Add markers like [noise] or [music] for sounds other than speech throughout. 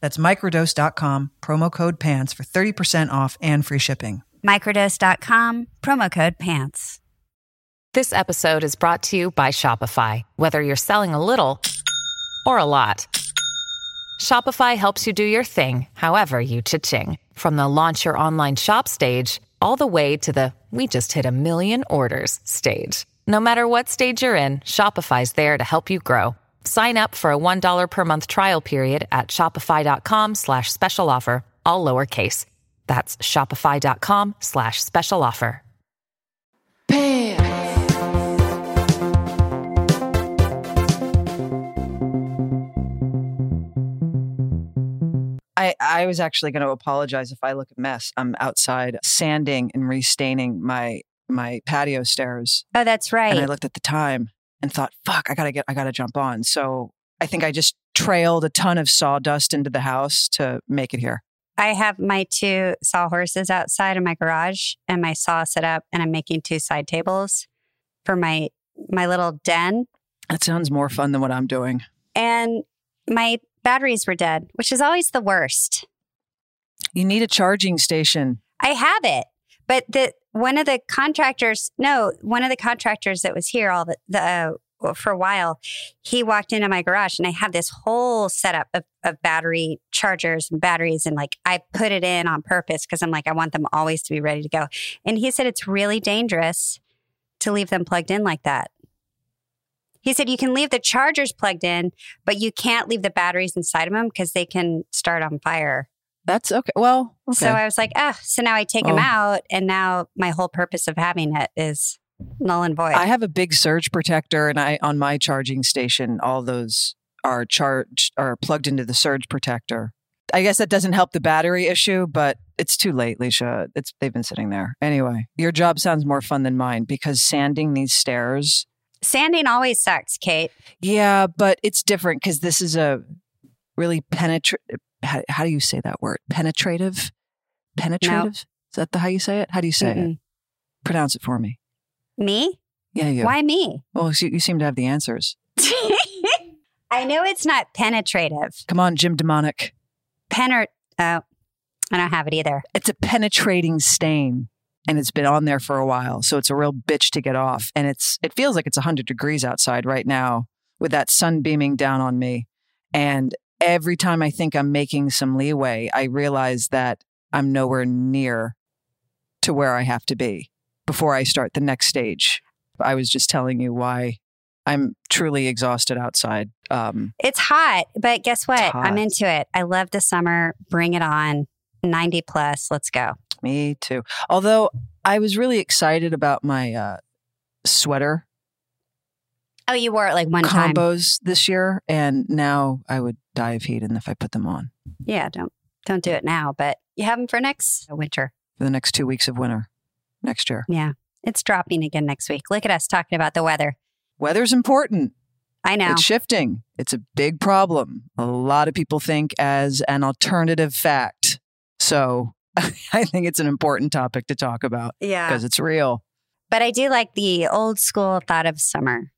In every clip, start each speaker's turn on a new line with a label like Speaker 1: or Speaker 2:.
Speaker 1: That's microdose.com, promo code PANTS for 30% off and free shipping.
Speaker 2: Microdose.com, promo code PANTS.
Speaker 3: This episode is brought to you by Shopify. Whether you're selling a little or a lot, Shopify helps you do your thing, however you cha-ching. From the launch your online shop stage, all the way to the we just hit a million orders stage. No matter what stage you're in, Shopify's there to help you grow. Sign up for a $1 per month trial period at shopify.com slash special offer, all lowercase. That's shopify.com slash special offer.
Speaker 1: I, I was actually going to apologize if I look a mess. I'm outside sanding and restaining my my patio stairs.
Speaker 2: Oh, that's right.
Speaker 1: And I looked at the time and thought, fuck, I gotta get I gotta jump on. So I think I just trailed a ton of sawdust into the house to make it here.
Speaker 2: I have my two sawhorses outside in my garage and my saw set up and I'm making two side tables for my my little den.
Speaker 1: That sounds more fun than what I'm doing.
Speaker 2: And my batteries were dead, which is always the worst.
Speaker 1: You need a charging station.
Speaker 2: I have it, but the one of the contractors, no, one of the contractors that was here all the, the uh, for a while, he walked into my garage and I had this whole setup of, of battery chargers and batteries. And like, I put it in on purpose because I'm like, I want them always to be ready to go. And he said, it's really dangerous to leave them plugged in like that. He said, you can leave the chargers plugged in, but you can't leave the batteries inside of them because they can start on fire.
Speaker 1: That's okay. Well, okay.
Speaker 2: So I was like, oh, so now I take
Speaker 1: Oh.
Speaker 2: them out. And now my whole purpose of having it is null and void.
Speaker 1: I have a big surge protector, and I on my charging station, all those are charged are plugged into the surge protector. I guess that doesn't help the battery issue, but it's too late, Leisha. It's they've been sitting there anyway. Your job sounds more fun than mine because sanding these stairs.
Speaker 2: Sanding always sucks, Kate.
Speaker 1: Yeah, but it's different because this is a really penetrate. How, how do you say that word? Penetrative, penetrative. Is that the how you say it? How do you say it?
Speaker 2: Mm-mm.
Speaker 1: Pronounce it for me.
Speaker 2: Me?
Speaker 1: Yeah, you.
Speaker 2: Why me? [laughs]
Speaker 1: Well, you, you seem to have the answers.
Speaker 2: I know it's not penetrative.
Speaker 1: Come on, Jim Demonic.
Speaker 2: Pener. Oh, I don't have it either.
Speaker 1: It's a penetrating stain and it's been on there for a while. So it's a real bitch to get off. And it's it feels like it's 100 degrees outside right now with that sun beaming down on me. And every time I think I'm making some leeway, I realize that I'm nowhere near to where I have to be before I start the next stage. I was just telling you why I'm truly exhausted outside. Um,
Speaker 2: It's hot, but guess what? I'm
Speaker 1: hot.
Speaker 2: into it. I love the summer. Bring it on. 90 plus. Let's go.
Speaker 1: Me too. Although I was really excited about my uh, sweater
Speaker 2: Oh, you wore it like one time.
Speaker 1: combos this year, and now I would die of heat and if I put them on
Speaker 2: Yeah, don't don't do it now, but you have them for next winter.
Speaker 1: for the next two weeks of winter next year.
Speaker 2: Yeah. It's dropping again next week. Look at us talking about the weather.
Speaker 1: Weather's important.
Speaker 2: I know.
Speaker 1: It's shifting. It's a big problem. A lot of people think as an alternative fact. So [laughs] I think it's an important topic to talk about
Speaker 2: yeah.
Speaker 1: because it's real.
Speaker 2: But I do like the old school thought of summer.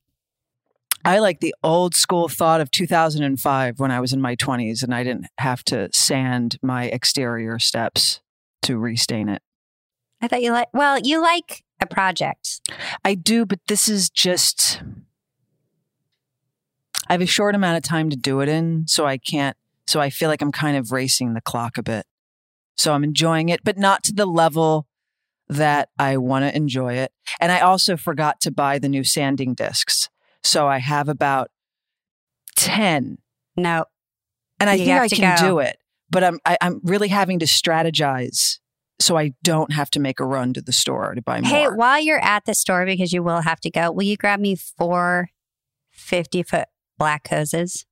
Speaker 1: I like the old school thought of 2005 when I was in my 20s and I didn't have to sand my exterior steps to restain it.
Speaker 2: I thought you like well, you like a project.
Speaker 1: I do, but this is just I have a short amount of time to do it in, so I can't so I feel like I'm kind of racing the clock a bit. So I'm enjoying it, but not to the level that I want to enjoy it. And I also forgot to buy the new sanding discs. So I have about 10
Speaker 2: No.
Speaker 1: and I
Speaker 2: You
Speaker 1: think
Speaker 2: have
Speaker 1: I
Speaker 2: to
Speaker 1: can
Speaker 2: go.
Speaker 1: do it, but I'm, I, I'm really having to strategize so I don't have to make a run to the store to buy more.
Speaker 2: Hey, while you're at the store, because you will have to go, will you grab me four 50 foot black hoses?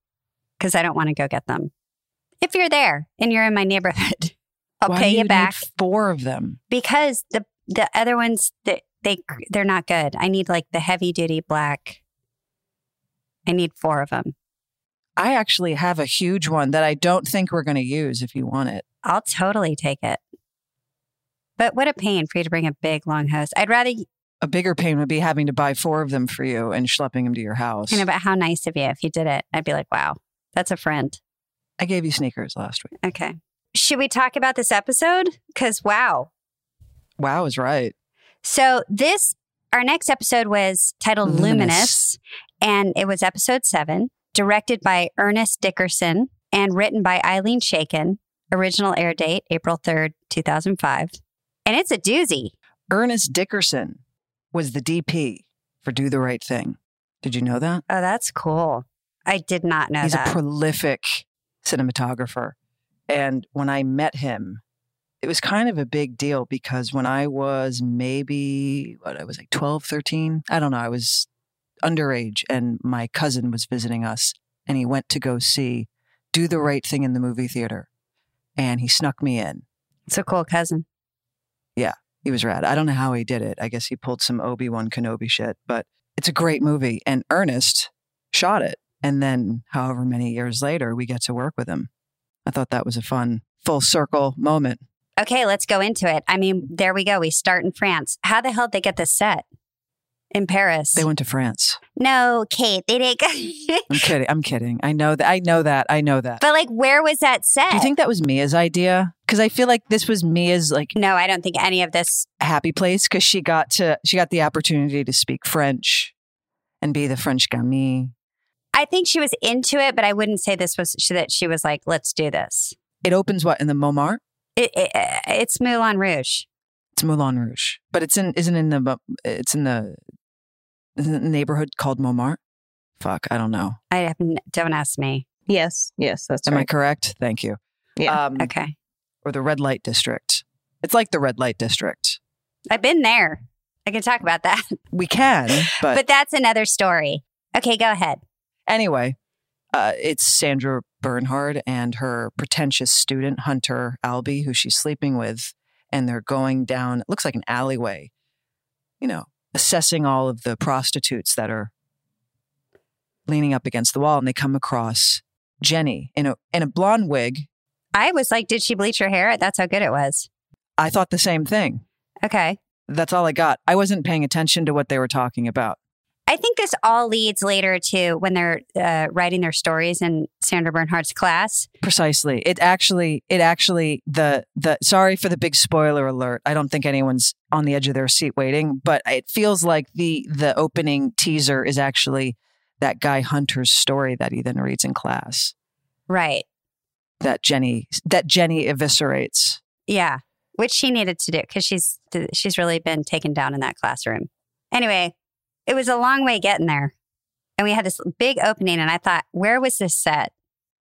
Speaker 2: Because I don't want to go get them. If you're there and you're in my neighborhood, [laughs] I'll
Speaker 1: Why do
Speaker 2: pay
Speaker 1: you
Speaker 2: you
Speaker 1: need
Speaker 2: back
Speaker 1: four of them.
Speaker 2: because the the other ones that they they're not good. I need like the heavy duty black. I need four of them.
Speaker 1: I actually have a huge one that I don't think we're going to use if you want it.
Speaker 2: I'll totally take it. But what a pain for you to bring a big long hose. I'd rather you
Speaker 1: A bigger pain would be having to buy four of them for you and schlepping them to your house.
Speaker 2: know about how nice of you if you did it. I'd be like, wow, that's a friend.
Speaker 1: I gave you sneakers last week.
Speaker 2: Okay. Should we talk about this episode? Because wow.
Speaker 1: Wow is right.
Speaker 2: So this our next episode was titled Luminous.
Speaker 1: Luminous.
Speaker 2: and it was episode seven, directed by Ernest Dickerson and written by Eileen Shaken. Original air date April third, two thousand five, and it's a doozy.
Speaker 1: Ernest Dickerson was the DP for Do the Right Thing. Did you know that?
Speaker 2: Oh, that's cool. I did not know
Speaker 1: He's
Speaker 2: that.
Speaker 1: a prolific cinematographer. And when I met him, it was kind of a big deal because when I was maybe, what, I was like 12, 13. I don't know. I was underage and my cousin was visiting us and he went to go see Do the Right Thing in the movie theater. And he snuck me in.
Speaker 2: it's a cool cousin.
Speaker 1: He was rad. I don't know how he did it. I guess he pulled some Obi Wan Kenobi shit, but it's a great movie. And Ernest shot it. And then, however many years later, we get to work with him. I thought that was a fun full circle moment.
Speaker 2: Okay, let's go into it. I mean, there we go. We start in France. How the hell did they get this set in Paris?
Speaker 1: They went to France.
Speaker 2: no, Kate, they didn't. go- [laughs]
Speaker 1: I'm kidding. I'm kidding. I know that. I know that. I know that.
Speaker 2: But like, where was that set?
Speaker 1: Do you think that was Mia's idea? Because I feel like this was Mia's like
Speaker 2: no, I don't think any of this.
Speaker 1: happy place because she got to she got the opportunity to speak French and be the French gamine.
Speaker 2: I think she was into it, but I wouldn't say this was she, that she was like, "Let's do this."
Speaker 1: It opens what in the Montmartre.
Speaker 2: It, it, uh, it's Moulin Rouge.
Speaker 1: It's Moulin Rouge, but it's in isn't in the mo- it's in the, isn't it a neighborhood called Montmartre. Fuck, I don't know.
Speaker 2: I have n- don't ask me.
Speaker 4: Yes, yes, that's
Speaker 1: Am I
Speaker 4: right.
Speaker 1: correct? Thank you.
Speaker 4: Yeah.
Speaker 1: Um,
Speaker 2: Okay,
Speaker 1: Or the red light district. It's like the red light district.
Speaker 2: I've been there. I can talk about that,
Speaker 4: [sighs]
Speaker 1: We can, but,
Speaker 2: but that's another story. Okay, go ahead.
Speaker 1: anyway, uh, it's Sandra Bernhard and her pretentious student Hunter Albee, who she's sleeping with, and they're going down. It looks like an alleyway. You know, assessing all of the prostitutes that are leaning up against the wall, and they come across Jenny in a in a blonde wig.
Speaker 2: I was like, "Did she bleach her hair?" That's how good it was.
Speaker 1: I thought the same thing.
Speaker 2: Okay,
Speaker 1: That's all I got. I wasn't paying attention to what they were talking about.
Speaker 2: I think this all leads later to when they're uh, writing their stories in Sandra Bernhardt's class.
Speaker 1: Precisely. It actually, it actually, the, the, sorry for the big spoiler alert. I don't think anyone's on the edge of their seat waiting, but it feels like the, the opening teaser is actually that guy Hunter's story that he then reads in class
Speaker 2: Right.
Speaker 1: that Jenny, that Jenny eviscerates.
Speaker 2: Yeah, which she needed to do because she's she's really been taken down in that classroom. Anyway, it was a long way getting there, and we had this big opening, and I thought, where was this set?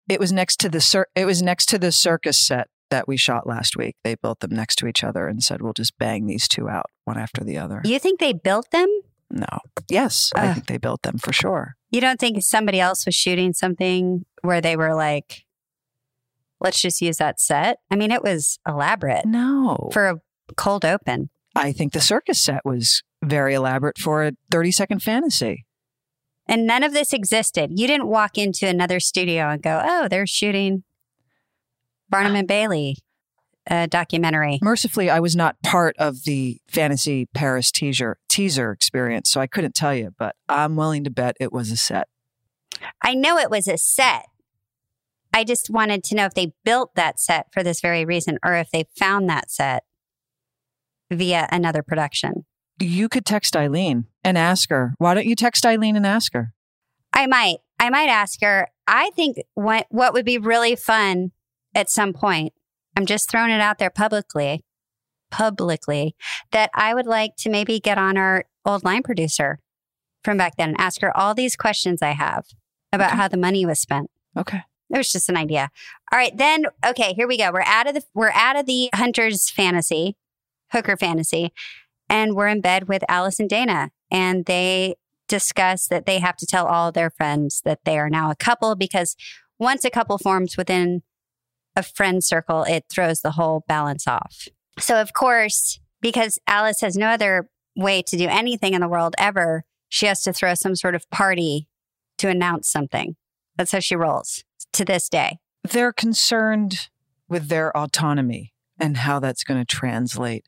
Speaker 1: It was next to the, cir- it was next to the circus set that we shot last week. They built them next to each other and said, we'll just bang these two out one after the other.
Speaker 2: You think they built them?
Speaker 1: No. Yes, I
Speaker 2: Ugh.
Speaker 1: think they built them for sure.
Speaker 2: You don't think somebody else was shooting something where they were like, let's just use that set? I mean, it was elaborate
Speaker 1: No.
Speaker 2: for a cold open.
Speaker 1: I think the circus set was very elaborate for a 30 second fantasy.
Speaker 2: And none of this existed. You didn't walk into another studio and go, oh, they're shooting Barnum and Bailey uh, documentary.
Speaker 1: Mercifully, I was not part of the fantasy Paris teaser teaser experience, so I couldn't tell you, but I'm willing to bet it was a set.
Speaker 2: I know it was a set. I just wanted to know if they built that set for this very reason or if they found that set via another production.
Speaker 1: You could text Eileen and ask her. Why don't you text Eileen and ask her?
Speaker 2: I might. I might ask her. I think what what would be really fun at some point. I'm just throwing it out there publicly publicly that I would like to maybe get on our old line producer from back then and ask her all these questions I have about
Speaker 1: Okay.
Speaker 2: how the money was spent.
Speaker 1: Okay.
Speaker 2: It was just an idea. All right, then okay, here we go. We're out of the we're out of the hunter's fantasy, hooker fantasy, and we're in bed with Alice and Dana, and they discuss that they have to tell all their friends that they are now a couple because once a couple forms within a friend circle, it throws the whole balance off. So of course, because Alice has no other way to do anything in the world ever, she has to throw some sort of party to announce something. That's how she rolls to this day.
Speaker 1: They're concerned with their autonomy and how that's going to translate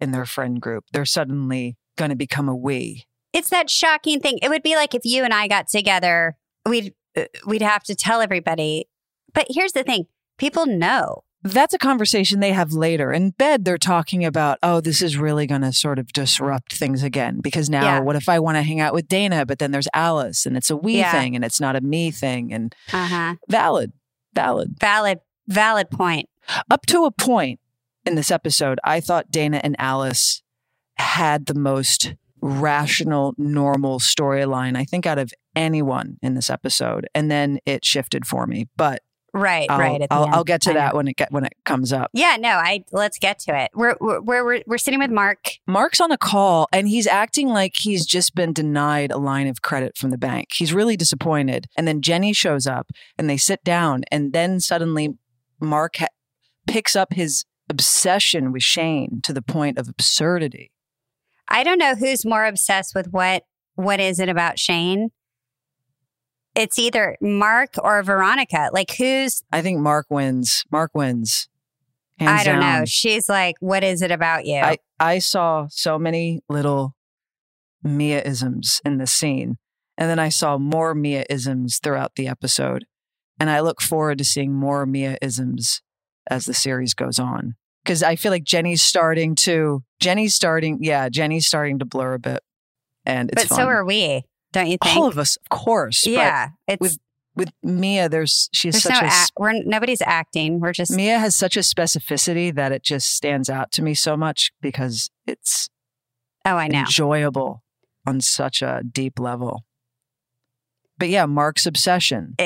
Speaker 1: in their friend group. They're suddenly going to become a we.
Speaker 2: It's that shocking thing. It would be like if you and I got together, we'd uh, we'd have to tell everybody. But here's the thing. People know.
Speaker 1: That's a conversation they have later. In bed, they're talking about, oh, this is really going to sort of disrupt things again. Because now,
Speaker 2: Yeah.
Speaker 1: what if I want to hang out with Dana, but then there's Alice and it's a we
Speaker 2: Yeah.
Speaker 1: thing and it's not a me thing? And
Speaker 2: Uh-huh.
Speaker 1: valid, valid.
Speaker 2: Valid valid point.
Speaker 1: Up to a point in this episode, I thought Dana and Alice had the most rational, normal storyline, I think, out of anyone in this episode. And then it shifted for me. But
Speaker 2: Right,
Speaker 1: I'll,
Speaker 2: right. at the
Speaker 1: I'll,
Speaker 2: end.
Speaker 1: I'll get to
Speaker 2: I know.
Speaker 1: that when it, get, when it comes up.
Speaker 2: Yeah, no, I let's get to it. We're we're we're, we're sitting with Mark.
Speaker 1: Mark's on a call and he's acting like he's just been denied a line of credit from the bank. He's really disappointed. And then Jenny shows up and they sit down. And then suddenly Mark ha- picks up his obsession with Shane to the point of absurdity.
Speaker 2: I don't know who's more obsessed with what what is it about Shane? It's either Mark or Veronica. Like who's
Speaker 1: I think Mark wins. Mark wins. Hands
Speaker 2: I don't
Speaker 1: down.
Speaker 2: know. She's like, what is it about you?
Speaker 1: I, I saw so many little Mia-isms in this scene. And then I saw more Mia-isms throughout the episode. And I look forward to seeing more Mia-isms as the series goes on. Because I feel like Jenny's starting to, Jenny's starting, yeah, Jenny's starting to blur a bit. And it's
Speaker 2: but
Speaker 1: fun.
Speaker 2: so are we, don't you think?
Speaker 1: all of us, of course. but
Speaker 2: yeah. It's
Speaker 1: we've- with Mia, there's she's
Speaker 2: there's
Speaker 1: such
Speaker 2: no
Speaker 1: a
Speaker 2: act, we're nobody's acting. We're just
Speaker 1: Mia has such a specificity that it just stands out to me so much because it's
Speaker 2: oh, I know.
Speaker 1: enjoyable on such a deep level. But yeah, Mark's obsession.
Speaker 2: I-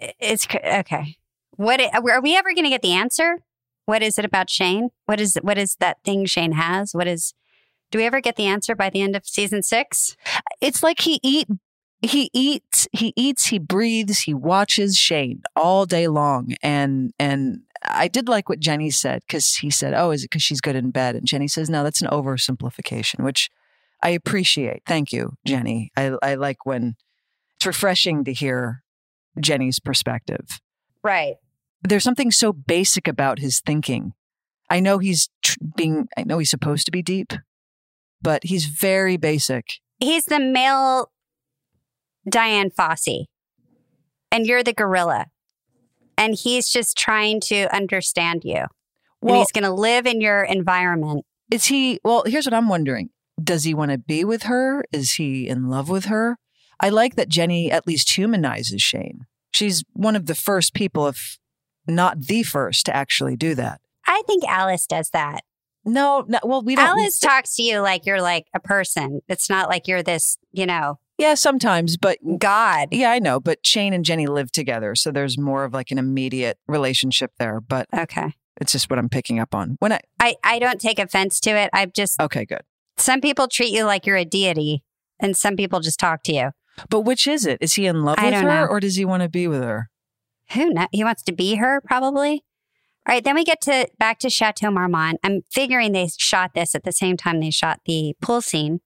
Speaker 2: I- it's cr- okay. What i- are we ever going to get the answer? What is it about Shane? What is what is that thing Shane has? What is? Do we ever get the answer by the end of season six?
Speaker 1: It's like he eat he eats he eats he breathes he watches Shane all day long and and I did like what Jenny said cuz he said, "Oh, is it cuz she's good in bed?" And Jenny says, "No, that's an oversimplification," which I appreciate. Thank you, Jenny. I I like when it's refreshing to hear Jenny's perspective.
Speaker 2: Right.
Speaker 1: there's something so basic about his thinking. I know he's tr- being, I know he's supposed to be deep, but he's very basic.
Speaker 2: He's the male Diane Fossey, and you're the gorilla, and he's just trying to understand you. and
Speaker 1: Well,
Speaker 2: he's going to live in your environment.
Speaker 1: is he, well, here's what I'm wondering Does he want to be with her? Is he in love with her? I like that Jenny at least humanizes Shane. She's one of the first people, if not the first, to actually do that.
Speaker 2: I think Alice does that.
Speaker 1: No, no well, we don't.
Speaker 2: Alice talks to you like you're like a person. It's not like you're this, you know,
Speaker 1: yeah, sometimes, but
Speaker 2: God.
Speaker 1: yeah, I know. But Shane and Jenny live together. So there's more of like an immediate relationship there. But
Speaker 2: Okay.
Speaker 1: It's just what I'm picking up on. When I
Speaker 2: I, I don't take offense to it. I've just,
Speaker 1: okay, good.
Speaker 2: some people treat you like you're a deity and some people just talk to you.
Speaker 1: But which is it? Is he in love
Speaker 2: I
Speaker 1: with
Speaker 2: don't
Speaker 1: her,
Speaker 2: know.
Speaker 1: or does he want to be with her?
Speaker 2: Who knows? He wants to be her probably. All right. Then we get to back to Chateau Marmont. I'm figuring they shot this at the same time they shot the pool scene.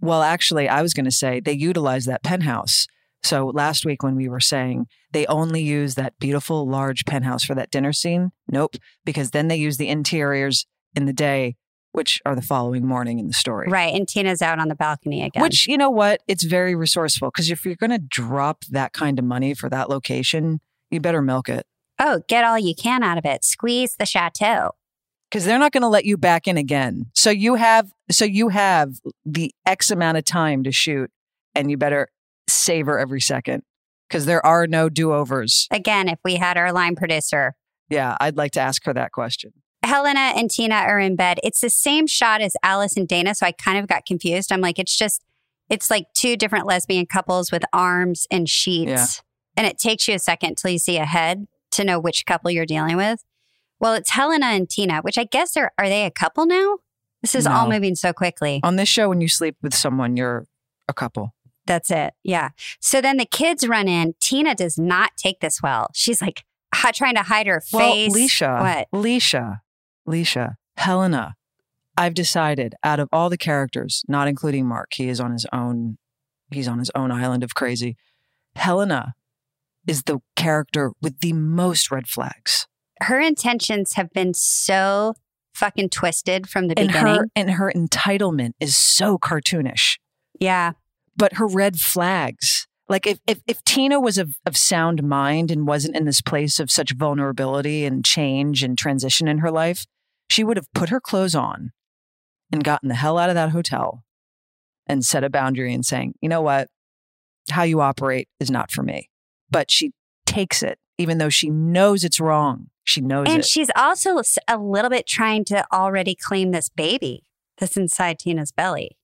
Speaker 1: Well, actually, I was going to say they utilize that penthouse. So last week when we were saying they only use that beautiful large penthouse for that dinner scene, nope, because then they use the interiors in the day, which are the following morning in the story.
Speaker 2: Right. And Tina's out on the balcony again.
Speaker 1: Which you know what, it's very resourceful because if you're going to drop that kind of money for that location, you better milk it
Speaker 2: oh, get all you can out of it. Squeeze the chateau.
Speaker 1: because they're not going to let you back in again. So you have so you have the X amount of time to shoot, and you better savor every second because there are no do overs.
Speaker 2: Again, if we had our line producer,
Speaker 1: Yeah, I'd like to ask her that question.
Speaker 2: Helena and Tina are in bed. It's the same shot as Alice and Dana. So I kind of got confused. I'm like, it's just, it's like two different lesbian couples with arms and sheets.
Speaker 1: Yeah.
Speaker 2: And it takes you a second till you see a head to know which couple you're dealing with. Well, it's Helena and Tina, which I guess are, are they a couple now? This is all
Speaker 1: No. Oh.
Speaker 2: moving so quickly.
Speaker 1: On this show, when you sleep with someone, you're a couple.
Speaker 2: That's it. Yeah. So then the kids run in. Tina does not take this well. She's like hi- trying to hide her face.
Speaker 1: Well, Leisha,
Speaker 2: What?
Speaker 1: Leisha, Leisha, Helena. I've decided out of all the characters, not including Mark, he is on his own. He's on his own island of crazy. Helena is the character with the most red flags,
Speaker 2: Her intentions have been so fucking twisted from the
Speaker 1: and
Speaker 2: beginning.
Speaker 1: her and her entitlement is so cartoonish.
Speaker 2: yeah.
Speaker 1: but her red flags. Like if if, if Tina was of, of sound mind and wasn't in this place of such vulnerability and change and transition in her life, she would have put her clothes on and gotten the hell out of that hotel and set a boundary and saying, you know what, how you operate is not for me. But she takes it, even though she knows it's wrong. She knows
Speaker 2: And
Speaker 1: it.
Speaker 2: she's also s- a little bit trying to already claim this baby that's inside Tina's belly.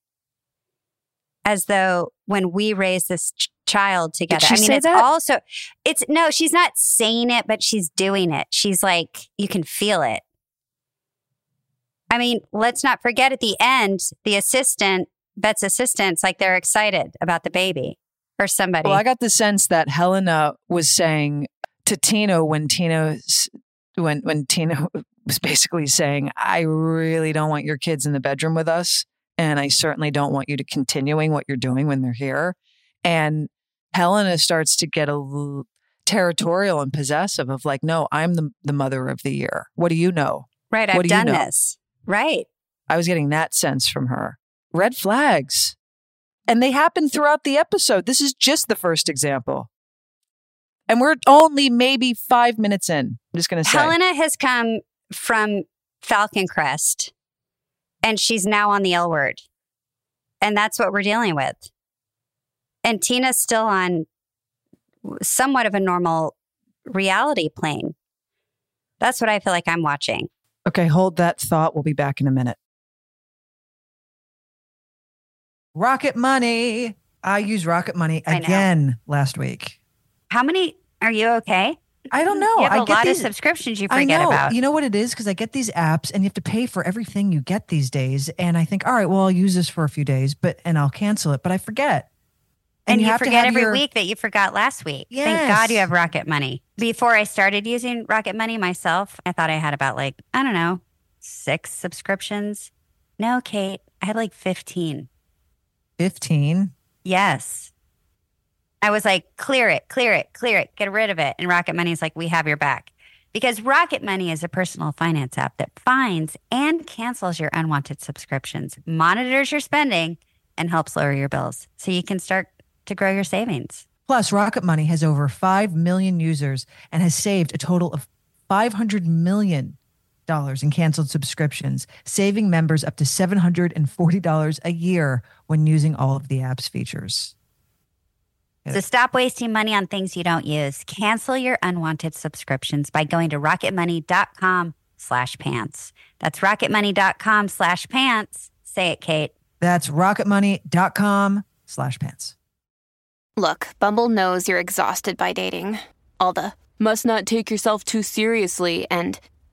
Speaker 2: As though when we raise this ch- child together,
Speaker 1: she
Speaker 2: I mean,
Speaker 1: say
Speaker 2: it's
Speaker 1: that?
Speaker 2: also, it's no, she's not saying it, but she's doing it. She's like, you can feel it. I mean, let's not forget at the end, the assistant, Bet's assistant's like, they're excited about the baby or somebody.
Speaker 1: Well, I got the sense that Helena was saying to Tino when Tino s- when when Tino [laughs] was basically saying, "I really don't want your kids in the bedroom with us, and I certainly don't want you to continuing what you're doing when they're here." And Helena starts to get a l- territorial and possessive of like, "No, I'm the the mother of the year. What do you know?"
Speaker 2: right.
Speaker 1: what
Speaker 2: I've
Speaker 1: do you
Speaker 2: done
Speaker 1: know?
Speaker 2: this. Right.
Speaker 1: I was getting that sense from her. Red flags. And they happen throughout the episode. This is just the first example. And we're only maybe five minutes in. I'm just going to say.
Speaker 2: Helena has come from Falcon Crest and she's now on the L word. And that's what we're dealing with. And Tina's still on somewhat of a normal reality plane. That's what I feel like I'm watching.
Speaker 1: Okay, hold that thought. We'll be back in a minute. Rocket Money. I used Rocket Money
Speaker 2: I know.
Speaker 1: again last week.
Speaker 2: How many are you okay?
Speaker 4: I don't know.
Speaker 2: You have
Speaker 4: I
Speaker 2: a
Speaker 4: get
Speaker 2: lot
Speaker 4: these,
Speaker 2: of subscriptions you
Speaker 4: I
Speaker 2: forget
Speaker 4: know.
Speaker 2: about.
Speaker 4: You know what it is? Because I get these apps and you have to pay for everything you get these days. And I think, all right, well, I'll use this for a few days, but and I'll cancel it. But I forget.
Speaker 2: and you,
Speaker 4: have to
Speaker 2: forget
Speaker 4: have
Speaker 2: every
Speaker 4: your-
Speaker 2: week that you forgot last week. Thank
Speaker 4: Yes.
Speaker 2: God you have Rocket Money. Before I started using Rocket Money myself, I thought I had about like, I don't know, six subscriptions. No, Kate, I had like 15.
Speaker 4: 15.
Speaker 2: Yes. I was like, clear it, clear it, clear it, get rid of it. And Rocket Money's like, we have your back. Because Rocket Money is a personal finance app that finds and cancels your unwanted subscriptions, monitors your spending, and helps lower your bills so you can start to grow your savings.
Speaker 4: Plus, Rocket Money has over 5 million users and has saved a total of $500 million in canceled subscriptions, saving members up to $740 a year when using all of the app's features.
Speaker 2: So stop wasting money on things you don't use. Cancel your unwanted subscriptions by going to rocketmoney.com slash pants. That's rocketmoney.com slash pants. Say it, Kate.
Speaker 4: That's rocketmoney.com slash pants.
Speaker 5: Look, Bumble knows you're exhausted by dating. All the must not take yourself too seriously and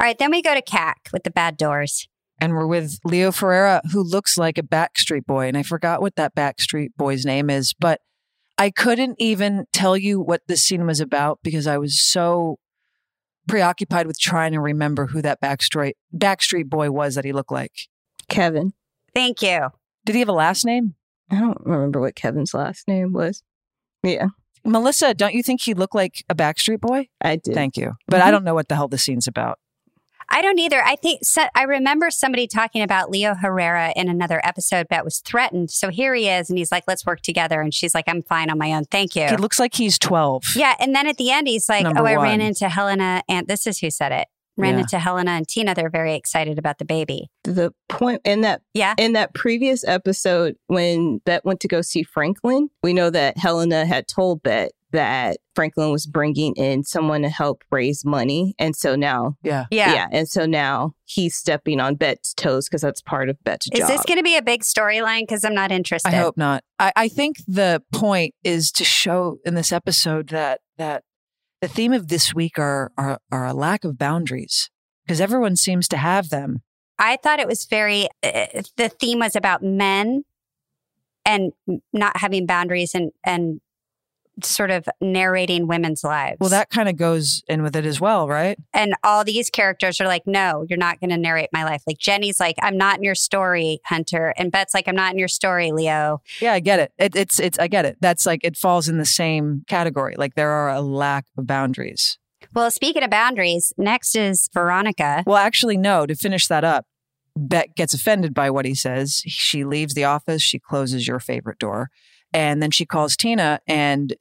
Speaker 2: All right, then we go to CAC with the bad doors.
Speaker 1: and we're with Leo Ferreira, who looks like a Backstreet Boy. And I forgot what that Backstreet Boy's name is, but I couldn't even tell you what this scene was about because I was so preoccupied with trying to remember who that Backstreet Backstreet Boy was that he looked like.
Speaker 6: Kevin.
Speaker 2: Thank you.
Speaker 1: Did he have a last name?
Speaker 6: I don't remember what Kevin's last name was. Yeah,
Speaker 1: Melissa, don't you think he looked like a Backstreet Boy?
Speaker 6: I did.
Speaker 1: Thank you. But I don't know what the hell the scene's about.
Speaker 2: I don't either. I think so, I remember somebody talking about Leo Herrera in another episode, but was threatened. So here he is, and he's like, "Let's work together." And she's like, "I'm fine on my own. Thank you."
Speaker 1: He looks like he's 12.
Speaker 2: yeah, and then at the end, he's like,
Speaker 1: Number
Speaker 2: "Oh, I
Speaker 1: one.
Speaker 2: ran into Helena, and this is who said it. Ran
Speaker 1: Yeah.
Speaker 2: into Helena and Tina. They're very excited about the baby."
Speaker 6: The point in that
Speaker 2: Yeah.
Speaker 6: in that previous episode when Bet went to go see Franklin, we know that Helena had told Bet that Franklin was bringing in someone to help raise money, and so now. Yeah. and so now he's stepping on Bet's toes because that's part of Bet's
Speaker 2: Is
Speaker 6: job.
Speaker 2: this going to be a big storyline? Because I'm not interested.
Speaker 1: I hope not. I, I think the point is to show in this episode that that the theme of this week are are, are a lack of boundaries because everyone seems to have them.
Speaker 2: I thought it was very, uh, the theme was about men and not having boundaries and, and sort of narrating women's lives.
Speaker 1: Well, that kind of goes in with it as well, right?
Speaker 2: and all these characters are like, no, you're not going to narrate my life. Like Jenny's like, I'm not in your story, Hunter. And Bet's like, I'm not in your story, Leo.
Speaker 1: Yeah, I get it. it. It's it's I get it. That's like it falls in the same category. Like there are a lack of boundaries.
Speaker 2: Well, speaking of boundaries, next is Veronica.
Speaker 1: Well, actually, no. To finish that up, Bet gets offended by what he says. She leaves the office. She closes your favorite door, and then she calls Tina. And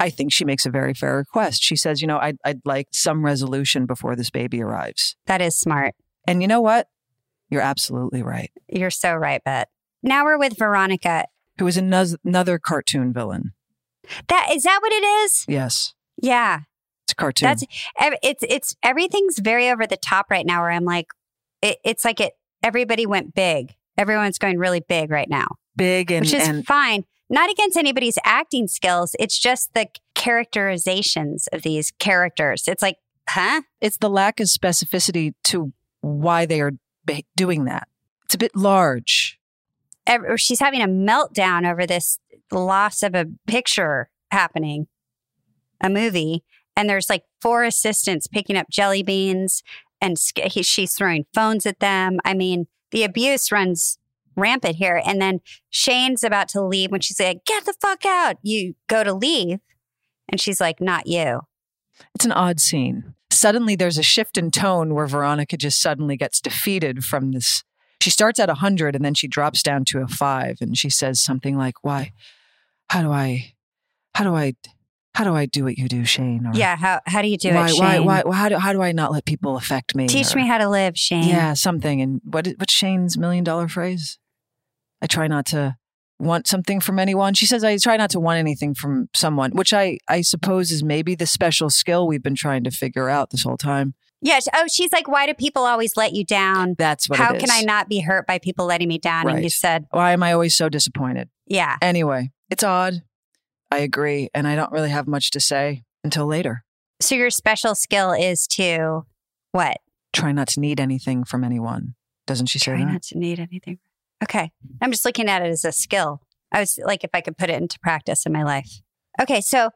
Speaker 1: I think she makes a very fair request. She says, "You know, I'd, I'd like some resolution before this baby arrives."
Speaker 2: That is smart.
Speaker 1: And you know what? You're absolutely right.
Speaker 2: You're so right, Bet. Now we're with Veronica.
Speaker 1: Who is anoth- another cartoon villain?
Speaker 2: That is that what it is?
Speaker 1: Yes,
Speaker 2: Yeah.
Speaker 1: it's a cartoon.
Speaker 2: That's ev- it's it's everything's very over the top right now. Where I'm like, it, it's like it. Everybody went big. Everyone's going really big right now,
Speaker 1: big and
Speaker 2: which is
Speaker 1: and
Speaker 2: fine. Not against anybody's acting skills. It's just the characterizations of these characters. It's like, huh?
Speaker 1: it's the lack of specificity to why they are be- doing that. It's a bit large.
Speaker 2: Ev- or she's having a meltdown over this loss of a picture happening, a movie, and there's like four assistants picking up jelly beans, and sc- he, she's throwing phones at them. I mean, the abuse runs rampant here. And then Shane's about to leave when she's like, "Get the fuck out!" You go to leave, and she's like, "Not you."
Speaker 1: It's an odd scene. Suddenly, there's a shift in tone where Veronica just suddenly gets defeated from this. She starts at 100 and then she drops down to a five and she says something like, Why? How do I, how do I, how do I do what you do, Shane? Or,
Speaker 2: Yeah. How how do you do
Speaker 1: Uh-huh. why,
Speaker 2: it,
Speaker 1: why,
Speaker 2: Shane?
Speaker 1: why, why, how do, how do I not let people affect me?
Speaker 2: Teach
Speaker 1: Or-
Speaker 2: me how to live, Shane.
Speaker 1: Yeah, something. And what is, what's Shane's million dollar phrase? I try not to want something from anyone. She says, I try not to want anything from someone, which I, I suppose is maybe the special skill we've been trying to figure out this whole time.
Speaker 2: Yeah. sh- Oh, she's like, "Why do people always let you down?"
Speaker 1: That's what
Speaker 2: How
Speaker 1: it is.
Speaker 2: can I not be hurt by people letting me down? And you
Speaker 1: Right.
Speaker 2: said,
Speaker 1: Why am I always so disappointed?
Speaker 2: yeah.
Speaker 1: Anyway, it's odd. I agree. And I don't really have much to say until later.
Speaker 2: So your special skill is to what?
Speaker 1: Try not to need anything from anyone. Doesn't she say
Speaker 2: Try
Speaker 1: that?
Speaker 2: not to need anything. Okay. I'm just looking at it as a skill. I was like, if I could put it into practice in my life. Okay. So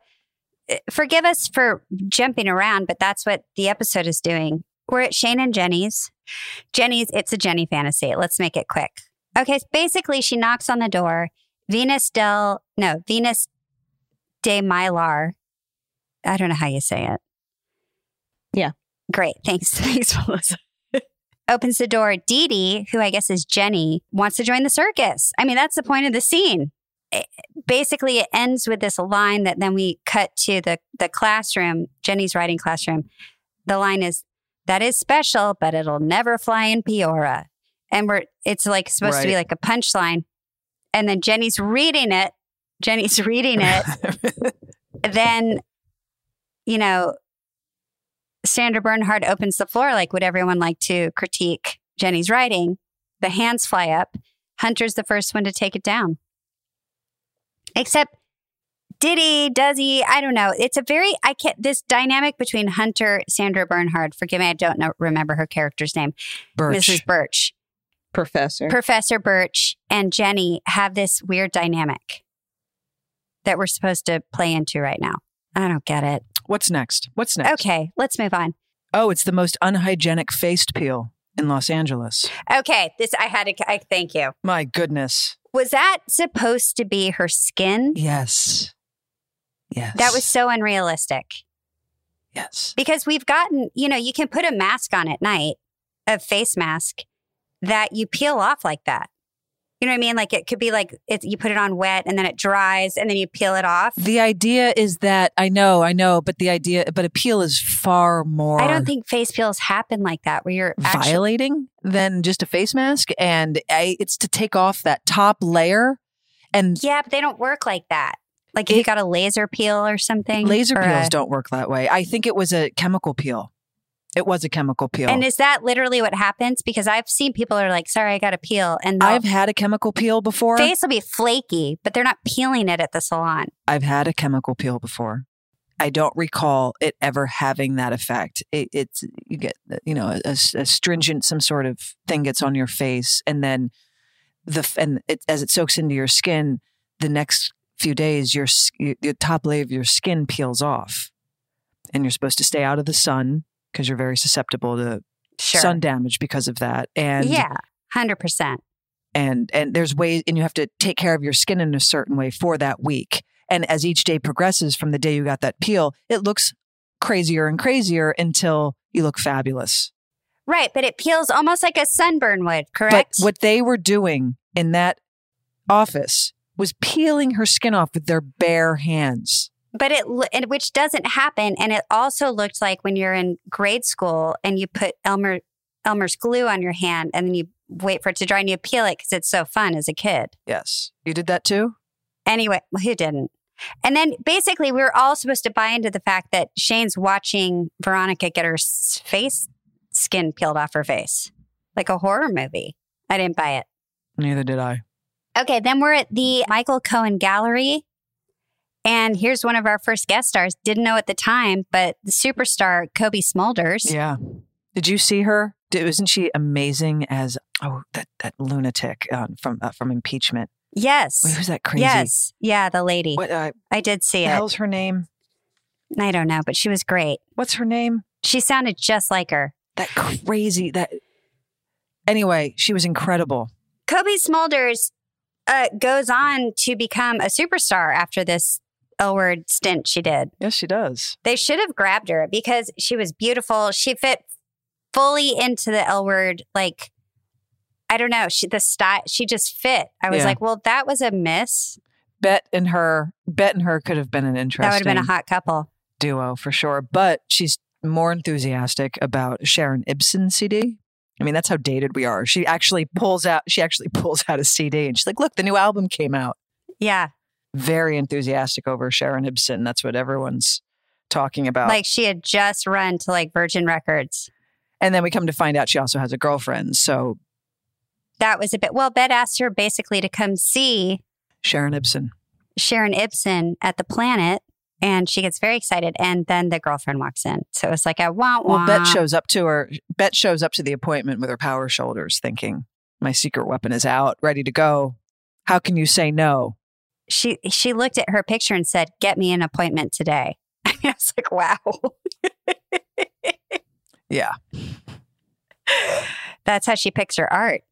Speaker 2: eh, forgive us for jumping around, but that's what the episode is doing. We're at Shane and Jenny's. Jenny's, it's a Jenny fantasy. Let's make it quick. Okay. Basically, she knocks on the door. Venus Del, no, Venus de Mylar. I don't know how you say it.
Speaker 6: Yeah.
Speaker 2: Great. Thanks. [laughs] Thanks, Melissa opens the door. Dee Dee, who I guess is Jenny, wants to join the circus. I mean, that's the point of the scene. It- basically, it ends with this line that then we cut to the, the classroom, Jenny's writing classroom. The line is, that is special, but it'll never fly in Peora. And we're, it's like supposed to be like a punchline. And then Jenny's reading it. Jenny's reading it. then, you know, Sandra Bernhard opens the floor, like, would everyone like to critique Jenny's writing? The hands fly up. Hunter's the first one to take it down. Except did he, does he? I don't know. It's a very, I can't, this dynamic between Hunter, Sandra Bernhard, forgive me, I don't know, remember her character's name,
Speaker 1: Birch.
Speaker 2: Mrs. Birch.
Speaker 6: Professor.
Speaker 2: Professor Birch and Jenny have this weird dynamic that we're supposed to play into right now. I don't get it.
Speaker 1: What's next? What's next?
Speaker 2: Okay, let's move on.
Speaker 1: Oh, it's the most unhygienic faced peel in Los Angeles.
Speaker 2: Okay, this I had to I, thank you.
Speaker 1: My goodness.
Speaker 2: Was that supposed to be her skin?
Speaker 1: Yes. Yes.
Speaker 2: That was so unrealistic.
Speaker 1: Yes.
Speaker 2: Because we've gotten, you know, you can put a mask on at night, a face mask that you peel off like that. You know what I mean? Like it could be like it, you put it on wet and then it dries and then you peel it off.
Speaker 1: The idea is that I know, I know, but the idea, but appeal is far more.
Speaker 2: I don't think face peels happen like that where you're actually-
Speaker 1: violating than just a face mask, and I, it's to take off that top layer, and
Speaker 2: Yeah, but they don't work like that. Like if you got a laser peel or something.
Speaker 1: laser
Speaker 2: or
Speaker 1: peels
Speaker 2: a-
Speaker 1: don't work that way. I think it was a chemical peel. It was a chemical peel.
Speaker 2: And is that literally what happens? Because I've seen people are like, sorry, I got to peel. And the
Speaker 1: I've had a chemical peel before.
Speaker 2: face will be flaky, but they're not peeling it at the salon.
Speaker 1: I've had a chemical peel before. I don't recall it ever having that effect. It, it's you get uh, you know a, a stringent some sort of thing gets on your face, and then the f- and it, as it soaks into your skin, the next few days your s- your your top layer of your skin peels off, and you're supposed to stay out of the sun because you're very susceptible to
Speaker 2: Sure.
Speaker 1: sun damage because of that. And
Speaker 2: yeah, 100%.
Speaker 1: and and there's ways and you have to take care of your skin in a certain way for that week and as each day progresses from the day you got that peel it looks crazier and crazier until you look fabulous
Speaker 2: Right. But it peels almost like a sunburn would, correct?
Speaker 1: but what they were doing in that office was peeling her skin off with their bare hands
Speaker 2: but it lo- and which doesn't happen and it also looked like when you're in grade school and you put elmer elmer's glue on your hand and then you wait for it to dry and you peel it because it's so fun as a kid
Speaker 1: yes you did that too
Speaker 2: anyway well, who didn't and then basically we were all supposed to buy into the fact that shane's watching veronica get her s- face skin peeled off her face like a horror movie i didn't buy it
Speaker 1: neither did i
Speaker 2: Okay, then we're at the Michael Cohen Gallery. And here's one of our first guest stars. Didn't know at the time, but the superstar Kobe Smulders.
Speaker 1: yeah did you see her Did- isn't she amazing as oh that, that lunatic uh, from uh, from impeachment Wait,
Speaker 2: Yes.
Speaker 1: who's that crazy
Speaker 2: Yes. Yeah, the lady.
Speaker 1: what uh,
Speaker 2: I did see
Speaker 1: the
Speaker 2: it.
Speaker 1: hell's her name
Speaker 2: I don't know, but she was great.
Speaker 1: what's her name?
Speaker 2: She sounded just like her.
Speaker 1: That crazy that anyway, she was incredible.
Speaker 2: Kobe Smulders uh, goes on to become a superstar after this L word stint she did.
Speaker 1: Yes, she does.
Speaker 2: They should have grabbed her because she was beautiful. She fit fully into the L word. Like, I don't know. She the style. She just fit. I was
Speaker 1: Yeah.
Speaker 2: like, well, that was a miss.
Speaker 1: Bet and her Bet and her could have been an
Speaker 2: That
Speaker 1: interesting
Speaker 2: would have been a hot couple.
Speaker 1: duo for sure. But she's more enthusiastic about Sharon Ibsen CD. I mean, that's how dated we are. She actually pulls out she actually [laughs] pulls out a CD and she's like, look, the new album came out.
Speaker 2: Yeah,
Speaker 1: Very enthusiastic over Sharon Ibsen. That's what everyone's talking about.
Speaker 2: like she had just run to like Virgin Records.
Speaker 1: and then we come to find out she also has a girlfriend. So
Speaker 2: That was a bit. Well, Ben asked her basically to come see
Speaker 1: Sharon Ibsen.
Speaker 2: Sharon Ibsen at the Planet, and she gets very excited. And then the girlfriend walks in, so it was like, I want
Speaker 1: Well,
Speaker 2: one.
Speaker 1: Bet shows up to her. Bet shows up to the appointment with her power shoulders, thinking, "My secret weapon is out, ready to go. How can you say no?"
Speaker 2: she she looked at her picture and said, "Get me an appointment today." [laughs] I was like, "Wow."
Speaker 1: Yeah,
Speaker 2: That's how she picks her art.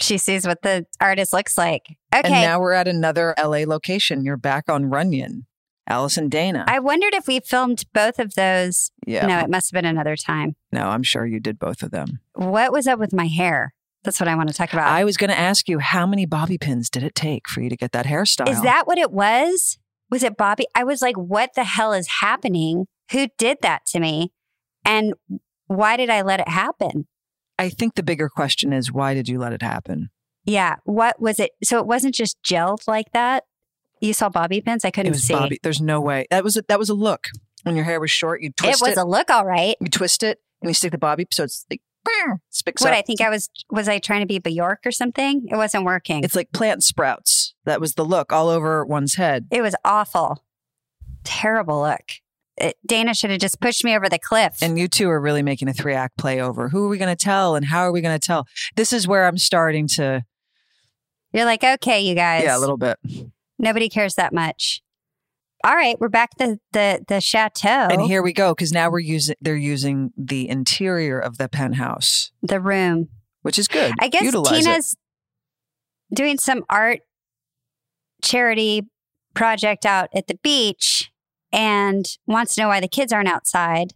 Speaker 2: She sees what the artist looks like.
Speaker 1: and
Speaker 2: Okay.
Speaker 1: now we're at another LA location. You're back on Runyon, Allison Dana.
Speaker 2: I wondered if we filmed both of those.
Speaker 1: yeah,
Speaker 2: No, it must have been another time.
Speaker 1: no, I'm sure you did both of them.
Speaker 2: What was up with my hair? That's what I want to talk about.
Speaker 1: I was going to ask you how many bobby pins did it take for you to get that hairstyle?
Speaker 2: Is that what it was? Was it Bobby? I was like, what the hell is happening? Who did that to me? And why did I let it happen?
Speaker 1: I think the bigger question is why did you let it happen?
Speaker 2: Yeah. What was it? So it wasn't just gelled like that. You saw bobby pins? I couldn't
Speaker 1: it was
Speaker 2: see.
Speaker 1: bobby. There's no way that was a, that was a look when your hair was short. You
Speaker 2: it
Speaker 1: twist it.
Speaker 2: was a look, all right.
Speaker 1: you twist it and you stick the bobby so it's like brr, sticks
Speaker 2: what
Speaker 1: up.
Speaker 2: I think I was was I trying to be Bjork or something? It wasn't working.
Speaker 1: it's like plant sprouts that was the look all over one's head
Speaker 2: it was awful, terrible look. it, Dana should have just pushed me over the cliff.
Speaker 1: And you two are really making a three act play over who are we going to tell and how are we going to tell? This is where I'm starting to.
Speaker 2: You're like, okay, you guys.
Speaker 1: Yeah, a little bit.
Speaker 2: Nobody cares that much. All right, we're back the the the chateau.
Speaker 1: And here we go because now we're using they're using the interior of the penthouse,
Speaker 2: the room.
Speaker 1: which is good.
Speaker 2: I guess
Speaker 1: Utilize it.
Speaker 2: Tina's doing some art charity project out at the beach and wants to know why the kids aren't outside.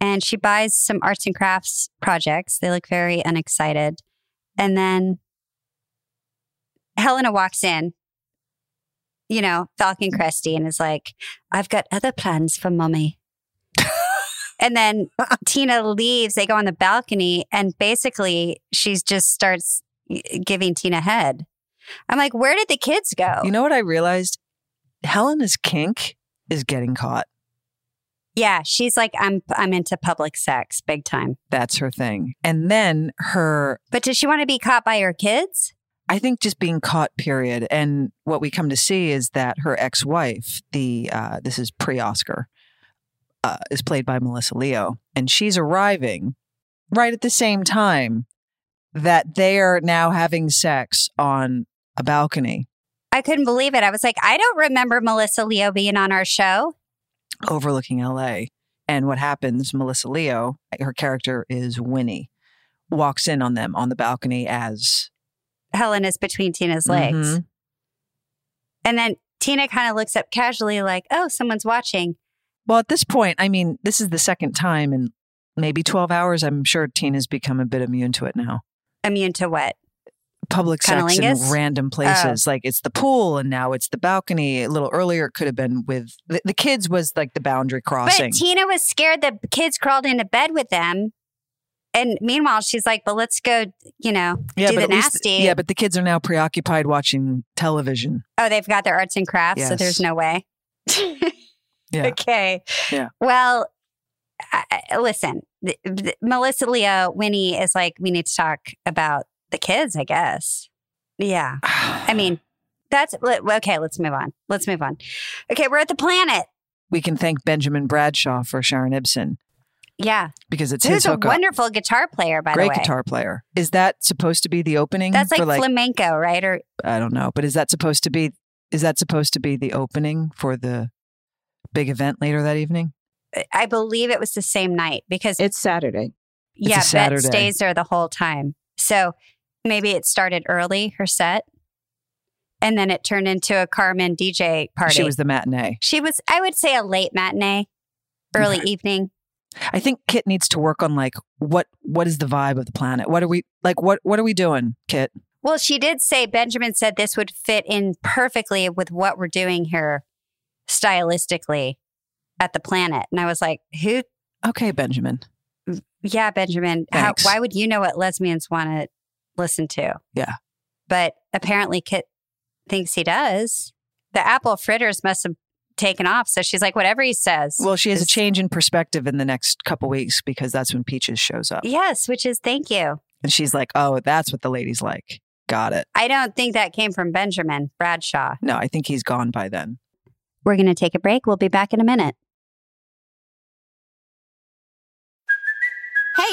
Speaker 2: And she buys some arts and crafts projects. They look very unexcited. And then Helena walks in, you know, Falcon Cresty, and is like, I've got other plans for
Speaker 1: [laughs]
Speaker 2: mommy. and then Tina leaves. They go on the balcony, and basically, she just starts y- giving Tina head. I'm like, where did the kids go?
Speaker 1: You know what I realized? Helena's kink is getting caught.
Speaker 2: yeah, she's like, I'm I'm into public sex big time.
Speaker 1: That's her thing. And then her,
Speaker 2: But does she want to be caught by her kids?
Speaker 1: I think, just being caught. Period. And what we come to see is that her ex-wife, the uh, this is pre-Oscar, uh, is played by Melissa Leo, and she's arriving right at the same time that they are now having sex on a balcony
Speaker 2: I couldn't believe it. I was like, I don't remember Melissa Leo being on our show.
Speaker 1: overlooking LA. And what happens, Melissa Leo, her character is Winnie, walks in on them on the balcony as
Speaker 2: Helen is between Tina's legs.
Speaker 1: Mhm.
Speaker 2: And then Tina kind of looks up casually, like, oh, someone's watching.
Speaker 1: Well, at this point, I mean, this is the second time in maybe 12 hours. I'm sure Tina's become a bit immune to it now.
Speaker 2: Immune to what?
Speaker 1: Public sex in
Speaker 2: Cunnilingus? Oh.
Speaker 1: random places. Like it's the pool and now it's the balcony. A little earlier, it could have been with the, the kids, was like the boundary crossing.
Speaker 2: But Tina was scared the kids crawled into bed with them. And meanwhile, she's like, but let's go, you know, do the
Speaker 1: at least-
Speaker 2: nasty.
Speaker 1: yeah, but the kids are now preoccupied watching television. [sighs]
Speaker 2: oh, they've got their arts and crafts, so there's
Speaker 1: Yes.
Speaker 2: no way.
Speaker 1: Yeah.
Speaker 2: [laughs] Okay.
Speaker 1: Yeah.
Speaker 2: Well, I, I- listen, th- th- Melissa Leo, Winnie is like, we need to talk about the kids, I guess. Yeah. I mean, that's le- okay. Let's move on. Let's move on. Okay. We're at the planet.
Speaker 1: we can thank Benjamin Bradshaw for Sharon Ibsen
Speaker 2: Yeah.
Speaker 1: because it's his
Speaker 2: Who's a
Speaker 1: hookup.
Speaker 2: wonderful guitar player, by
Speaker 1: Great
Speaker 2: the way.
Speaker 1: guitar player. Is that supposed to be the opening?
Speaker 2: That's
Speaker 1: for
Speaker 2: like, flamenco, right? Or
Speaker 1: I don't know, but is that supposed to be is that supposed to be the opening for the big event later that evening?
Speaker 2: uh, I believe it was the same night because
Speaker 6: It's Saturday.
Speaker 1: a
Speaker 2: yeah, Bet
Speaker 1: Saturday.
Speaker 2: stays there the whole time. So maybe it started early her set, and then it turned into a Carmen DJ party.
Speaker 1: She was the matinee.
Speaker 2: She was, I would say, a late matinee, early evening.
Speaker 1: I think Kit needs to work on like what what is the vibe of the planet? What are we like what what are we doing, Kit?
Speaker 2: Well, she did say Benjamin said this would fit in perfectly with what we're doing here stylistically at the planet. And I was like, who?
Speaker 1: Okay, Benjamin.
Speaker 2: Yeah, Benjamin. How,
Speaker 1: Thanks.
Speaker 2: why would you know what lesbians want to listen to?
Speaker 1: Yeah.
Speaker 2: But apparently, Kit thinks he does. The apple fritters must have taken off. So she's like, whatever he says.
Speaker 1: Well, she has a
Speaker 2: is-
Speaker 1: change in perspective in the next couple weeks because that's when Peaches shows up.
Speaker 2: Yes, which is thank you.
Speaker 1: And she's like, "Oh, that's what the ladies like." Got it.
Speaker 2: I don't think that came from Benjamin Bradshaw.
Speaker 1: No, I think he's gone by then.
Speaker 2: We're going to take a break. We'll be back in a minute.
Speaker 7: Hey,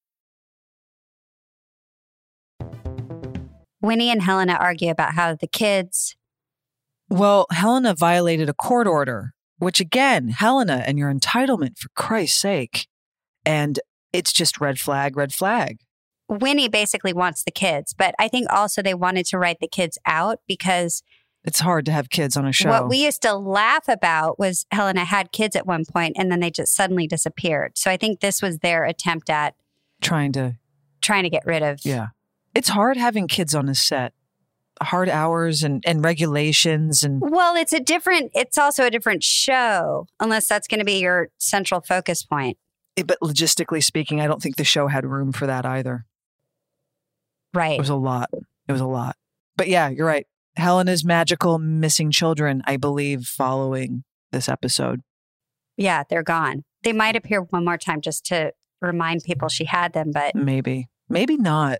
Speaker 2: Winnie and Helena argue about how the kids.
Speaker 1: Well, Helena violated a court order, which again, Helena and your entitlement, for Christ's sake. And it's just red flag, red flag.
Speaker 2: Winnie basically wants the kids, but I think also they wanted to write the kids out because
Speaker 1: It's hard to have kids on a show.
Speaker 2: what we used to laugh about was Helena had kids at one point and then they just suddenly disappeared. So I think this was their attempt at
Speaker 1: trying to,
Speaker 2: trying to get rid of.
Speaker 1: yeah. It's hard having kids on a set. Hard hours and, and regulations and
Speaker 2: Well, it's a different, it's also a different show, unless that's going to be your central focus point.
Speaker 1: it- eh, but logistically speaking, I don't think the show had room for that either.
Speaker 2: Right.
Speaker 1: It was a lot. It was a lot. But yeah, you're right. Helena's magical missing children, I believe, following this episode.
Speaker 2: Yeah, they're gone. They might appear one more time just to remind people she had them, but
Speaker 1: Maybe. Maybe not.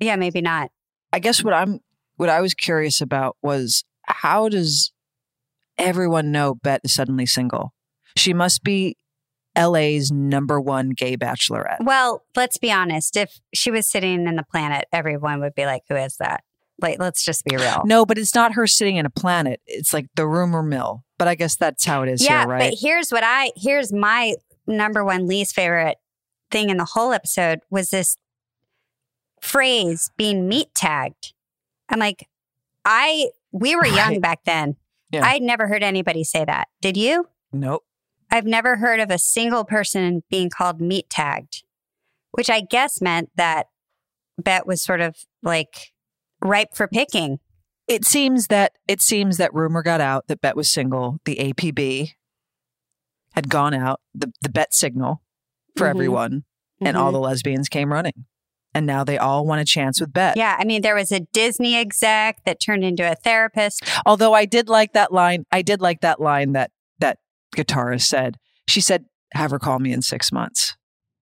Speaker 2: yeah, maybe not.
Speaker 1: I guess what I'm what I was curious about was how does everyone know Bet is suddenly single? She must be LA's number one gay bachelorette.
Speaker 2: Well, let's be honest. If she was sitting in the planet, everyone would be like, who is that? Like, let's just be real.
Speaker 1: No, but it's not her sitting in a planet. It's like the rumor mill. But I guess that's how it is
Speaker 2: yeah,
Speaker 1: here, right?
Speaker 2: but here's what I here's my number one least favorite thing in the whole episode was this phrase being meat tagged. I'm like, I we were young back then.
Speaker 1: Yeah.
Speaker 2: I'd never heard anybody say that. Did you?
Speaker 1: nope.
Speaker 2: I've never heard of a single person being called meat tagged, which I guess meant that Bet was sort of like ripe for picking.
Speaker 1: it seems that it seems that rumor got out that Bet was single. The APB had gone out the the Bet signal for
Speaker 2: Mhm.
Speaker 1: everyone, and all
Speaker 2: Mhm.
Speaker 1: the lesbians came running, and now they all want a chance with Bet.
Speaker 2: Yeah. I mean, there was a Disney exec that turned into a therapist.
Speaker 1: Although I did like that line. I did like that line that that guitarist said. She said, "Have her call me in six months."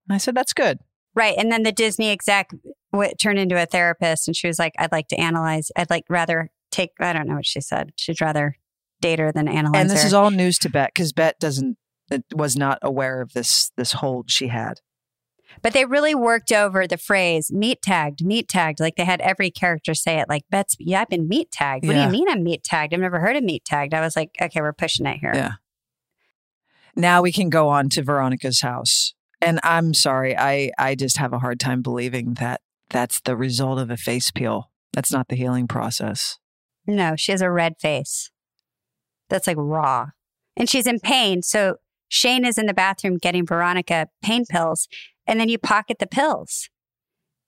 Speaker 1: And I said, "That's good."
Speaker 2: Right. And then the Disney exec w- turned into a therapist and she was like, I'd like to analyze, I'd like rather take, I don't know what she said. She'd rather date her than analyze
Speaker 1: and this
Speaker 2: her.
Speaker 1: is all news to Bet because Bet doesn't it was not aware of this this hold she had.
Speaker 2: But they really worked over the phrase meat tagged, meat tagged. Like they had every character say it, like, Bets, yeah, I've been meat tagged. What do
Speaker 1: Yeah.
Speaker 2: you mean I'm meat tagged? I've never heard of meat tagged. I was like, okay, we're pushing it here.
Speaker 1: Yeah. Now we can go on to Veronica's house. And I'm sorry, I I just have a hard time believing that that's the result of a face peel. That's not the healing process.
Speaker 2: No, she has a red face. That's like raw. And she's in pain. So Shane is in the bathroom getting Veronica pain pills. And then you pocket the pills.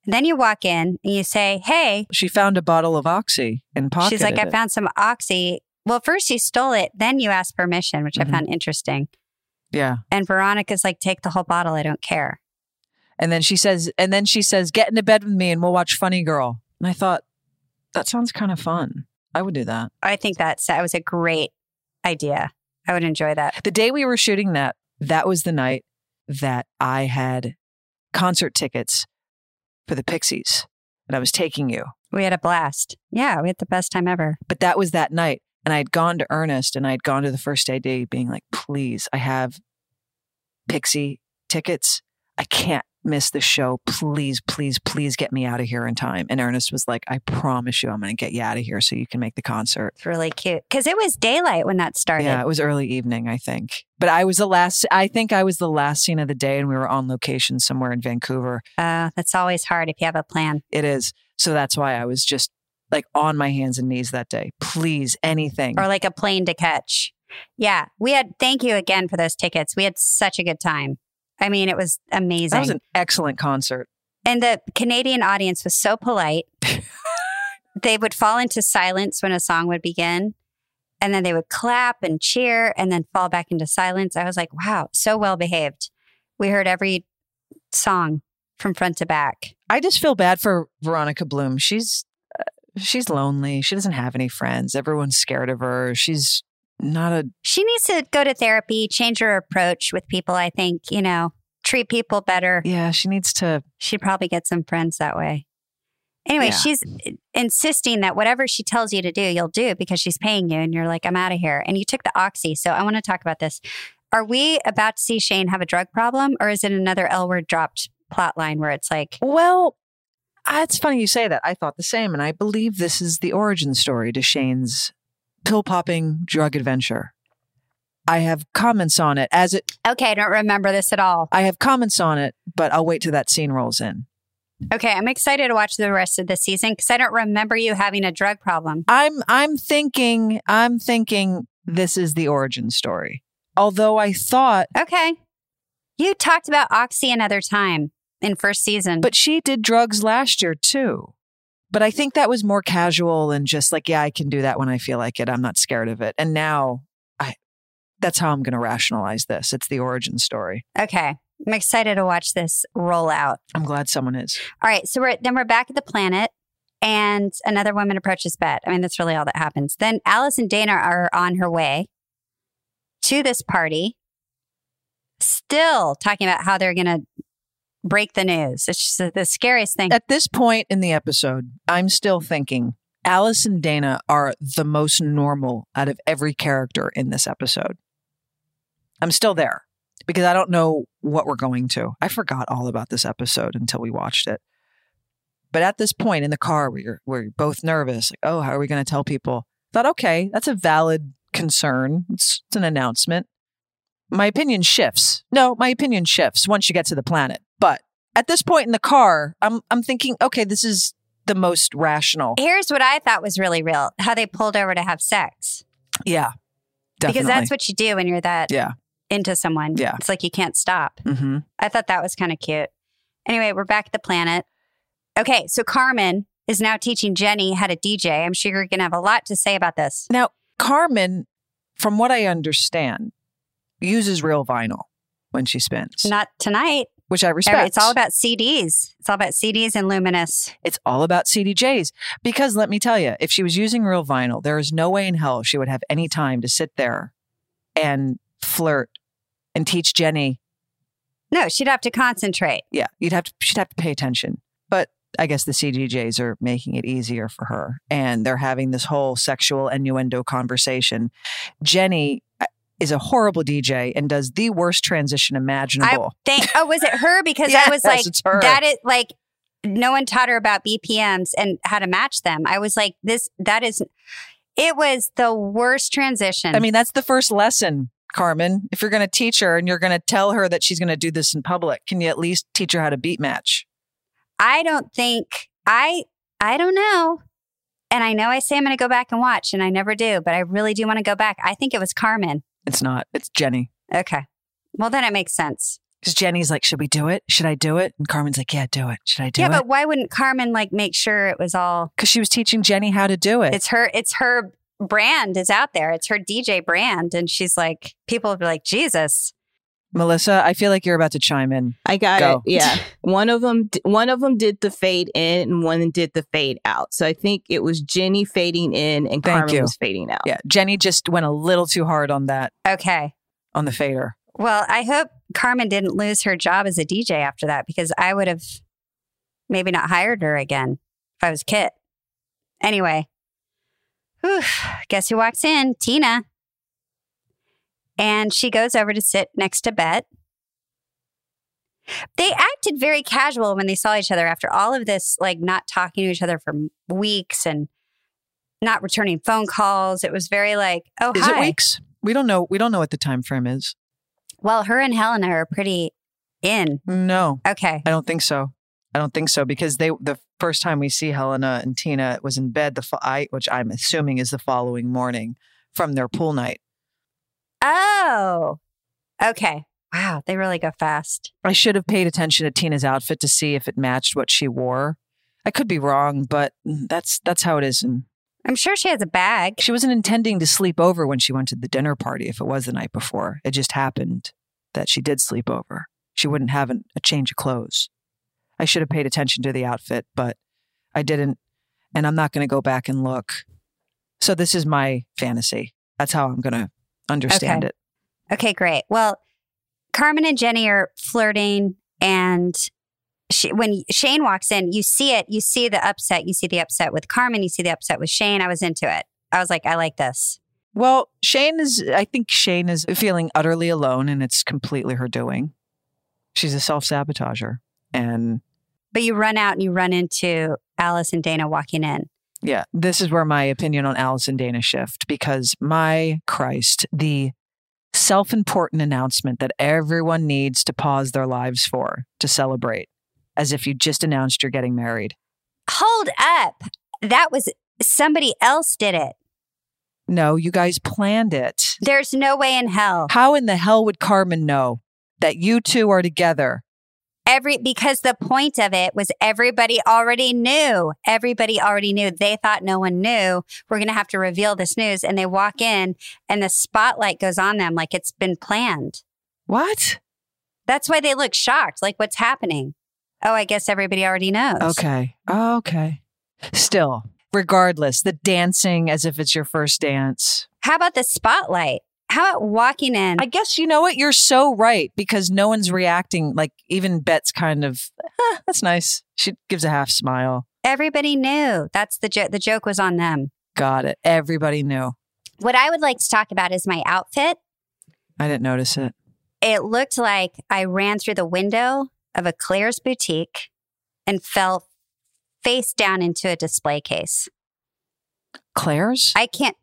Speaker 2: And then you walk in and you say, hey,
Speaker 1: She found a bottle of oxy and pocketed
Speaker 2: she's like, I
Speaker 1: it.
Speaker 2: found some Oxy. Well, first you stole it, then you asked permission, which
Speaker 1: Mhm.
Speaker 2: I found interesting.
Speaker 1: Yeah.
Speaker 2: And Veronica's like, take the whole bottle. I don't care.
Speaker 1: And then she says and then she says, "Get into bed with me and we'll watch Funny Girl." And I thought that sounds kind of fun. I would do that.
Speaker 2: I think that's that was a great idea. I would enjoy that.
Speaker 1: The day we were shooting that, that was the night that I had concert tickets for the Pixies and I was taking you.
Speaker 2: We had a blast. Yeah, we had the best time ever.
Speaker 1: But that was that night. And I had gone to Ernest and I had gone to the first AD being like, please, I have Pixie tickets. I can't miss the show. Please, please, please get me out of here in time. And Ernest was like, I promise you, I'm going to get you out of here so you can make the concert.
Speaker 2: It's really cute because it was daylight when that started.
Speaker 1: Yeah, it was early evening, I think. But I was the last, I think I was the last scene of the day and we were on location somewhere in Vancouver.
Speaker 2: Uh, that's always hard if you have a plan.
Speaker 1: It is. So that's why I was just like on my hands and knees that day. Please, anything.
Speaker 2: or like a plane to catch. Yeah, we had. Thank you again for those tickets. We had such a good time. I mean, it was amazing.
Speaker 1: that was an excellent concert.
Speaker 2: and the Canadian audience was so
Speaker 1: [laughs]
Speaker 2: polite. they would fall into silence when a song would begin, and then they would clap and cheer, and then fall back into silence. I was like, wow, so well behaved. We heard every song from front to back.
Speaker 1: I just feel bad for Veronica Bloom. She's uh, she's lonely. She doesn't have any friends. Everyone's scared of her. She's not a
Speaker 2: She needs to go to therapy, change her approach with people, I think, you know, treat people better.
Speaker 1: Yeah, she needs to
Speaker 2: She'd probably get some friends that way. Anyway,
Speaker 1: Yeah.
Speaker 2: she's insisting that whatever she tells you to do, you'll do because she's paying you and you're like, I'm out of here. And you took the oxy. So I want to talk about this. Are we about to see Shane have a drug problem or is it another L word dropped plot line where it's like,
Speaker 1: well. I- It's funny you say that. I thought the same, and I believe this is the origin story to Shane's pill popping drug adventure. I have comments on it as it.
Speaker 2: Okay, I don't remember this at all.
Speaker 1: I have comments on it, but I'll wait till that scene rolls in.
Speaker 2: okay, I'm excited to watch the rest of the season because I don't remember you having a drug problem.
Speaker 1: I'm I'm thinking I'm thinking this is the origin story. Although I thought
Speaker 2: Okay. You talked about Oxy another time in first season.
Speaker 1: But she did drugs last year too. But I think that was more casual and just like, yeah, I can do that when I feel like it. I'm not scared of it. And now I that's how I'm gonna rationalize this. It's the origin story.
Speaker 2: Okay. I'm excited to watch this roll out.
Speaker 1: I'm glad someone is.
Speaker 2: All right. So we're then we're back at the planet and another woman approaches Bet. I mean, that's really all that happens. Then Alice and Dana are on her way to this party, still talking about how they're gonna break the news. It's just the- the scariest thing.
Speaker 1: At this point in the episode, I'm still thinking Alice and Dana are the most normal out of every character in this episode. I'm still there because I don't know what we're going to. I forgot all about this episode until we watched it. But at this point in the car, where you're, where you're both nervous, like, oh, how are we going to tell people? Thought, okay, that's a valid concern. It's, it's an announcement. My opinion shifts. No, my opinion shifts once you get to the planet. But at this point in the car, I'm I'm thinking, okay, this is the most rational.
Speaker 2: Here's what I thought was really real: how they pulled over to have sex.
Speaker 1: Yeah, definitely.
Speaker 2: Because that's what you do when you're that
Speaker 1: Yeah.
Speaker 2: into someone.
Speaker 1: Yeah.
Speaker 2: It's like you can't stop.
Speaker 1: Mm-hmm.
Speaker 2: I thought that was kind of cute. Anyway, we're back at the planet. Okay, so Carmen is now teaching Jenny how to DJ. I'm sure you're going to have a lot to say about this.
Speaker 1: Now, Carmen, from what I understand, uses real vinyl when she spins,
Speaker 2: Not tonight.
Speaker 1: which I respect.
Speaker 2: It's all about CDs. It's all about CDs and Luminous.
Speaker 1: It's all about CDJs. Because let me tell you, if she was using real vinyl, there is no way in hell she would have any time to sit there and flirt and teach Jenny.
Speaker 2: No, she'd have to concentrate.
Speaker 1: Yeah, you'd have to, she'd have to pay attention. But I guess the CDJs are making it easier for her. And they're having this whole sexual innuendo conversation. Jenny uh, is a horrible DJ and does the worst transition
Speaker 2: I
Speaker 1: imaginable.
Speaker 2: think. Oh, was it her? Because I was
Speaker 1: [laughs] Yes,
Speaker 2: like,
Speaker 1: it's her.
Speaker 2: that is like, no one taught her about BPMs and how to match them. I was like, this. That is. It was the worst transition.
Speaker 1: I mean, that's the first lesson, Carmen. If you're going to teach her and you're going to tell her that she's going to do this in public, can you at least teach her how to beat match?
Speaker 2: I don't think I I don't know. And I know I say I'm going to go back and watch and I never do, but I really do want to go back. I think it was Carmen.
Speaker 1: It's not. It's Jenny.
Speaker 2: Okay. Well, then it makes sense.
Speaker 1: Because Jenny's like, should we do it? Should I do it? And Carmen's like, yeah, do it. Should I do
Speaker 2: yeah,
Speaker 1: it?
Speaker 2: but why wouldn't Carmen like make sure it was all
Speaker 1: Because she was teaching Jenny how to do it.
Speaker 2: It's her it's her brand is out there. It's her DJ brand and she's like people will be like, "Jesus."
Speaker 1: Melissa, I feel like you're about to chime in.
Speaker 6: I got
Speaker 1: Go. [laughs]
Speaker 6: it. Yeah, one of them, one of them did the fade in, and one did the fade out. So I think it was Jenny fading in, and
Speaker 1: Thank
Speaker 6: Carmen
Speaker 1: you.
Speaker 6: was fading out.
Speaker 1: Yeah, Jenny just went a little too hard on that,
Speaker 2: Okay.
Speaker 1: on the fader.
Speaker 2: Well, I hope Carmen didn't lose her job as a DJ after that because I would have maybe not hired her again if I was Kit. Anyway, whew, guess who walks in? Tina. And she goes over to sit next to Bet. They acted very casual when they saw each other after all of this, like not talking to each other for weeks and not returning phone calls. It was very like, oh,
Speaker 1: Is
Speaker 2: hi.
Speaker 1: it weeks? We don't know. We don't know what the time frame is.
Speaker 2: Well, her and Helena are pretty in.
Speaker 1: No,
Speaker 2: Okay.
Speaker 1: I don't think so. I don't think so because they the first time we see Helena and Tina was in bed the fo- I, which I'm assuming is the following morning from their pool night.
Speaker 2: Oh, okay. Wow, they really go fast.
Speaker 1: I should have paid attention to Tina's outfit to see if it matched what she wore. I could be wrong, but that's that's how it is. And
Speaker 2: I'm sure she has a bag.
Speaker 1: she wasn't intending to sleep over when she went to the dinner party if it was the night before. It just happened that she did sleep over. She wouldn't have an, a change of clothes. I should have paid attention to the outfit, but I didn't. And I'm not going to go back and look. So this is my fantasy. That's how I'm going to understand
Speaker 2: Okay.
Speaker 1: it.
Speaker 2: Okay, great. Well, Carmen and Jenny are flirting, and she, when Shane walks in, you see it. You see the upset. You see the upset with Carmen. You see the upset with Shane. I was into it. I was like, I like this.
Speaker 1: Well, Shane is, I think Shane is feeling utterly alone and it's completely her doing. She's a self sabotager. And
Speaker 2: But you run out and you run into Alice and Dana walking in.
Speaker 1: Yeah, this is where my opinion on Allison Dana shift because my Christ, the self-important announcement that everyone needs to pause their lives for to celebrate, as if you just announced you're getting married.
Speaker 2: Hold up. That was somebody else did it.
Speaker 1: No, you guys planned it.
Speaker 2: There's no way in hell.
Speaker 1: How in the hell would Carmen know that you two are together?
Speaker 2: Every because the point of it was everybody already knew. Everybody already knew. They thought no one knew. We're going to have to reveal this news and they walk in and the spotlight goes on them like it's been planned.
Speaker 1: What?
Speaker 2: That's why they look shocked like what's happening. Oh, I guess everybody already knows.
Speaker 1: Okay. Okay. Still, regardless, the dancing as if it's your first dance.
Speaker 2: How about the spotlight? How about walking in?
Speaker 1: I guess you know what? You're so right because no one's reacting. Like, even Bet's kind of, "Huh, that's nice. She gives a half smile.
Speaker 2: Everybody knew. That's the joke. The joke was on them.
Speaker 1: Got it. Everybody knew.
Speaker 2: What I would like to talk about is my outfit.
Speaker 1: I didn't notice it.
Speaker 2: It looked like I ran through the window of a Claire's boutique and fell face down into a display case.
Speaker 1: Claire's?
Speaker 2: I can't.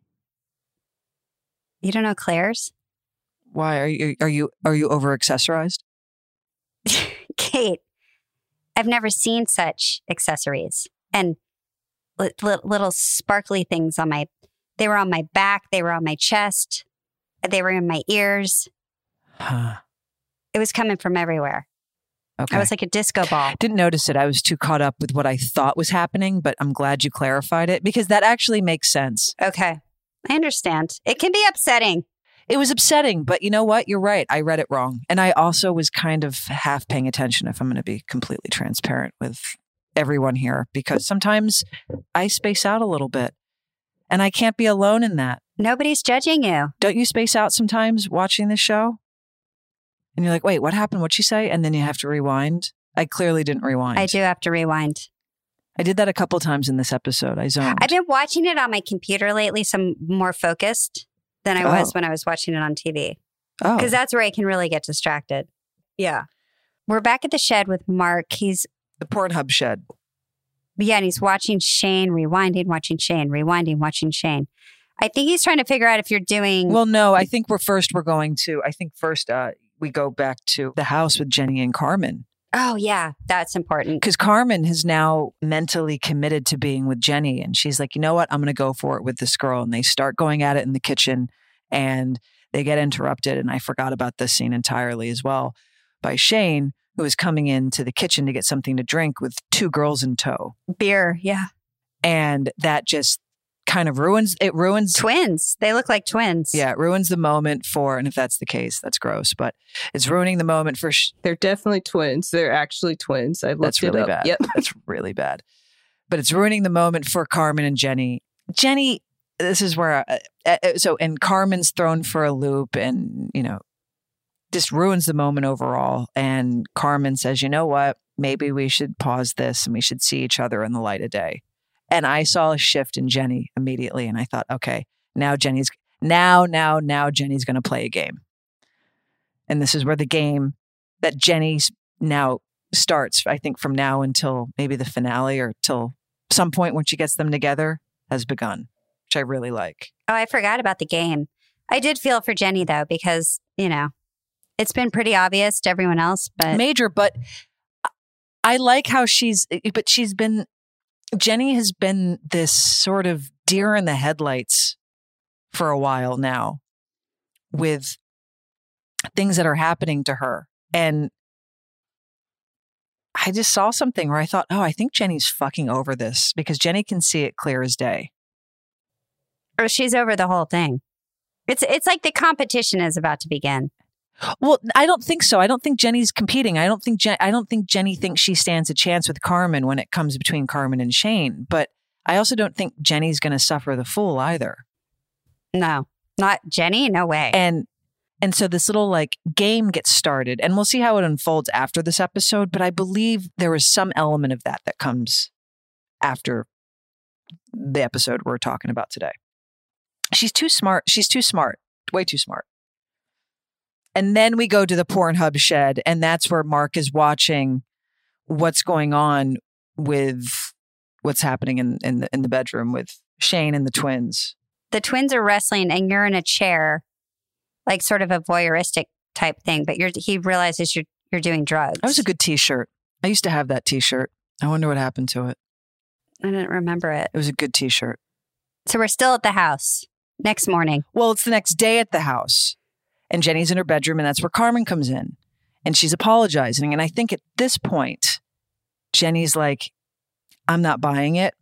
Speaker 2: You don't know Claire's? [laughs]
Speaker 1: Why are you are you are you over accessorized?
Speaker 2: Kate, I've never seen such accessories and li- li- little sparkly things on my. They were on my back. They were on my chest. They were in my ears.
Speaker 1: Huh.
Speaker 2: It was coming from everywhere.
Speaker 1: Okay.
Speaker 2: I was like a disco ball.
Speaker 1: Didn't notice it. I was too caught up with what I thought was happening, but I'm glad you clarified it because that actually makes sense.
Speaker 2: Okay. I understand. It can be upsetting.
Speaker 1: It was upsetting, but you know what? You're right. I read it wrong. And I also was kind of half paying attention, if I'm going to be completely transparent with everyone here, because sometimes I space out a little bit and I can't be alone in that.
Speaker 2: Nobody's judging you.
Speaker 1: Don't you space out sometimes watching this show? And you're like, wait, what happened? What'd she say? And then you have to rewind. I clearly didn't rewind.
Speaker 2: I do have to rewind.
Speaker 1: I did that a couple times in this episode. I zoned.
Speaker 2: I've been watching it on my computer lately, so I'm more focused than I
Speaker 1: Oh.
Speaker 2: was when I was watching it on TV.
Speaker 1: oh,
Speaker 2: Because that's where I can really get distracted. Yeah. We're back at the shed with Mark. He's,
Speaker 1: the Pornhub shed.
Speaker 2: yeah, and he's watching Shane, rewinding, watching Shane, rewinding, watching Shane. I think he's trying to figure out if you're doing.
Speaker 1: Well, no, I think we're first. We're going to. I think first uh, we go back to the house with Jenny and Carmen
Speaker 2: oh, yeah, that's important.
Speaker 1: because Carmen has now mentally committed to being with Jenny, and she's like, you know what, I'm going to go for it with this girl. And they start going at it in the kitchen, and they get interrupted. And I forgot about this scene entirely as well by Shane, who is coming into the kitchen to get something to drink with two girls in tow,
Speaker 2: Beer. Yeah.
Speaker 1: and that just kind of ruins it. Ruins
Speaker 2: Twins. They look like twins.
Speaker 1: Yeah, it ruins the moment for, and if that's the case, that's gross, but it's ruining the moment for. Sh-
Speaker 6: They're definitely twins. They're actually twins. I looked
Speaker 1: that's really
Speaker 6: it up.
Speaker 1: bad.
Speaker 6: Yep.
Speaker 1: [laughs] That's really bad. But it's ruining the moment for Carmen and Jenny. Jenny, this is where, uh, uh, so, and Carmen's thrown for a loop and, you know, just ruins the moment overall. And Carmen says, you know what? Maybe we should pause this and we should see each other in the light of day. And I saw a shift in Jenny immediately. And I thought, okay, now Jenny's, now, now, now Jenny's going to play a game. And this is where the game that Jenny's now starts, I think, from now until maybe the finale or till some point when she gets them together has begun, which I really like.
Speaker 2: Oh, I forgot about the game. I did feel for Jenny though, because, you know, it's been pretty obvious to everyone else, but
Speaker 1: Major, but I- I like how she's, eh, but she's been, Jenny has been this sort of deer in the headlights for a while now with things that are happening to her. And I just saw something where I thought, oh, I think Jenny's fucking over this because Jenny can see it clear as day.
Speaker 2: Oh, or she's over the whole thing. It's it's like the competition is about to begin.
Speaker 1: Well, I don't think so. I don't think Jenny's competing. I don't think Jen- I don't think Jenny thinks she stands a chance with Carmen when it comes between Carmen and Shane. But I also don't think Jenny's going to suffer the fool either.
Speaker 2: No, not Jenny. No way.
Speaker 1: And and so this little like game gets started, and we'll see how it unfolds after this episode. But I believe there is some element of that that comes after the episode we're talking about today. She's too smart. She's too smart. Way too smart. And then we go to the Pornhub shed, and that's where Mark is watching what's going on with what's happening in in the, in the bedroom with Shane and the twins.
Speaker 2: The twins are wrestling, and you're in a chair, like sort of a voyeuristic type thing. But you're he realizes you're you're doing drugs.
Speaker 1: That was a good T-shirt. I used to have that T-shirt. I wonder what happened to it.
Speaker 2: I didn't remember it.
Speaker 1: It was a good T-shirt.
Speaker 2: So we're still at the house next morning.
Speaker 1: Well, it's the next day at the house, and Jenny's in her bedroom, and that's where Carmen comes in, and she's apologizing. And I think at this point, Jenny's like, "I'm not buying it."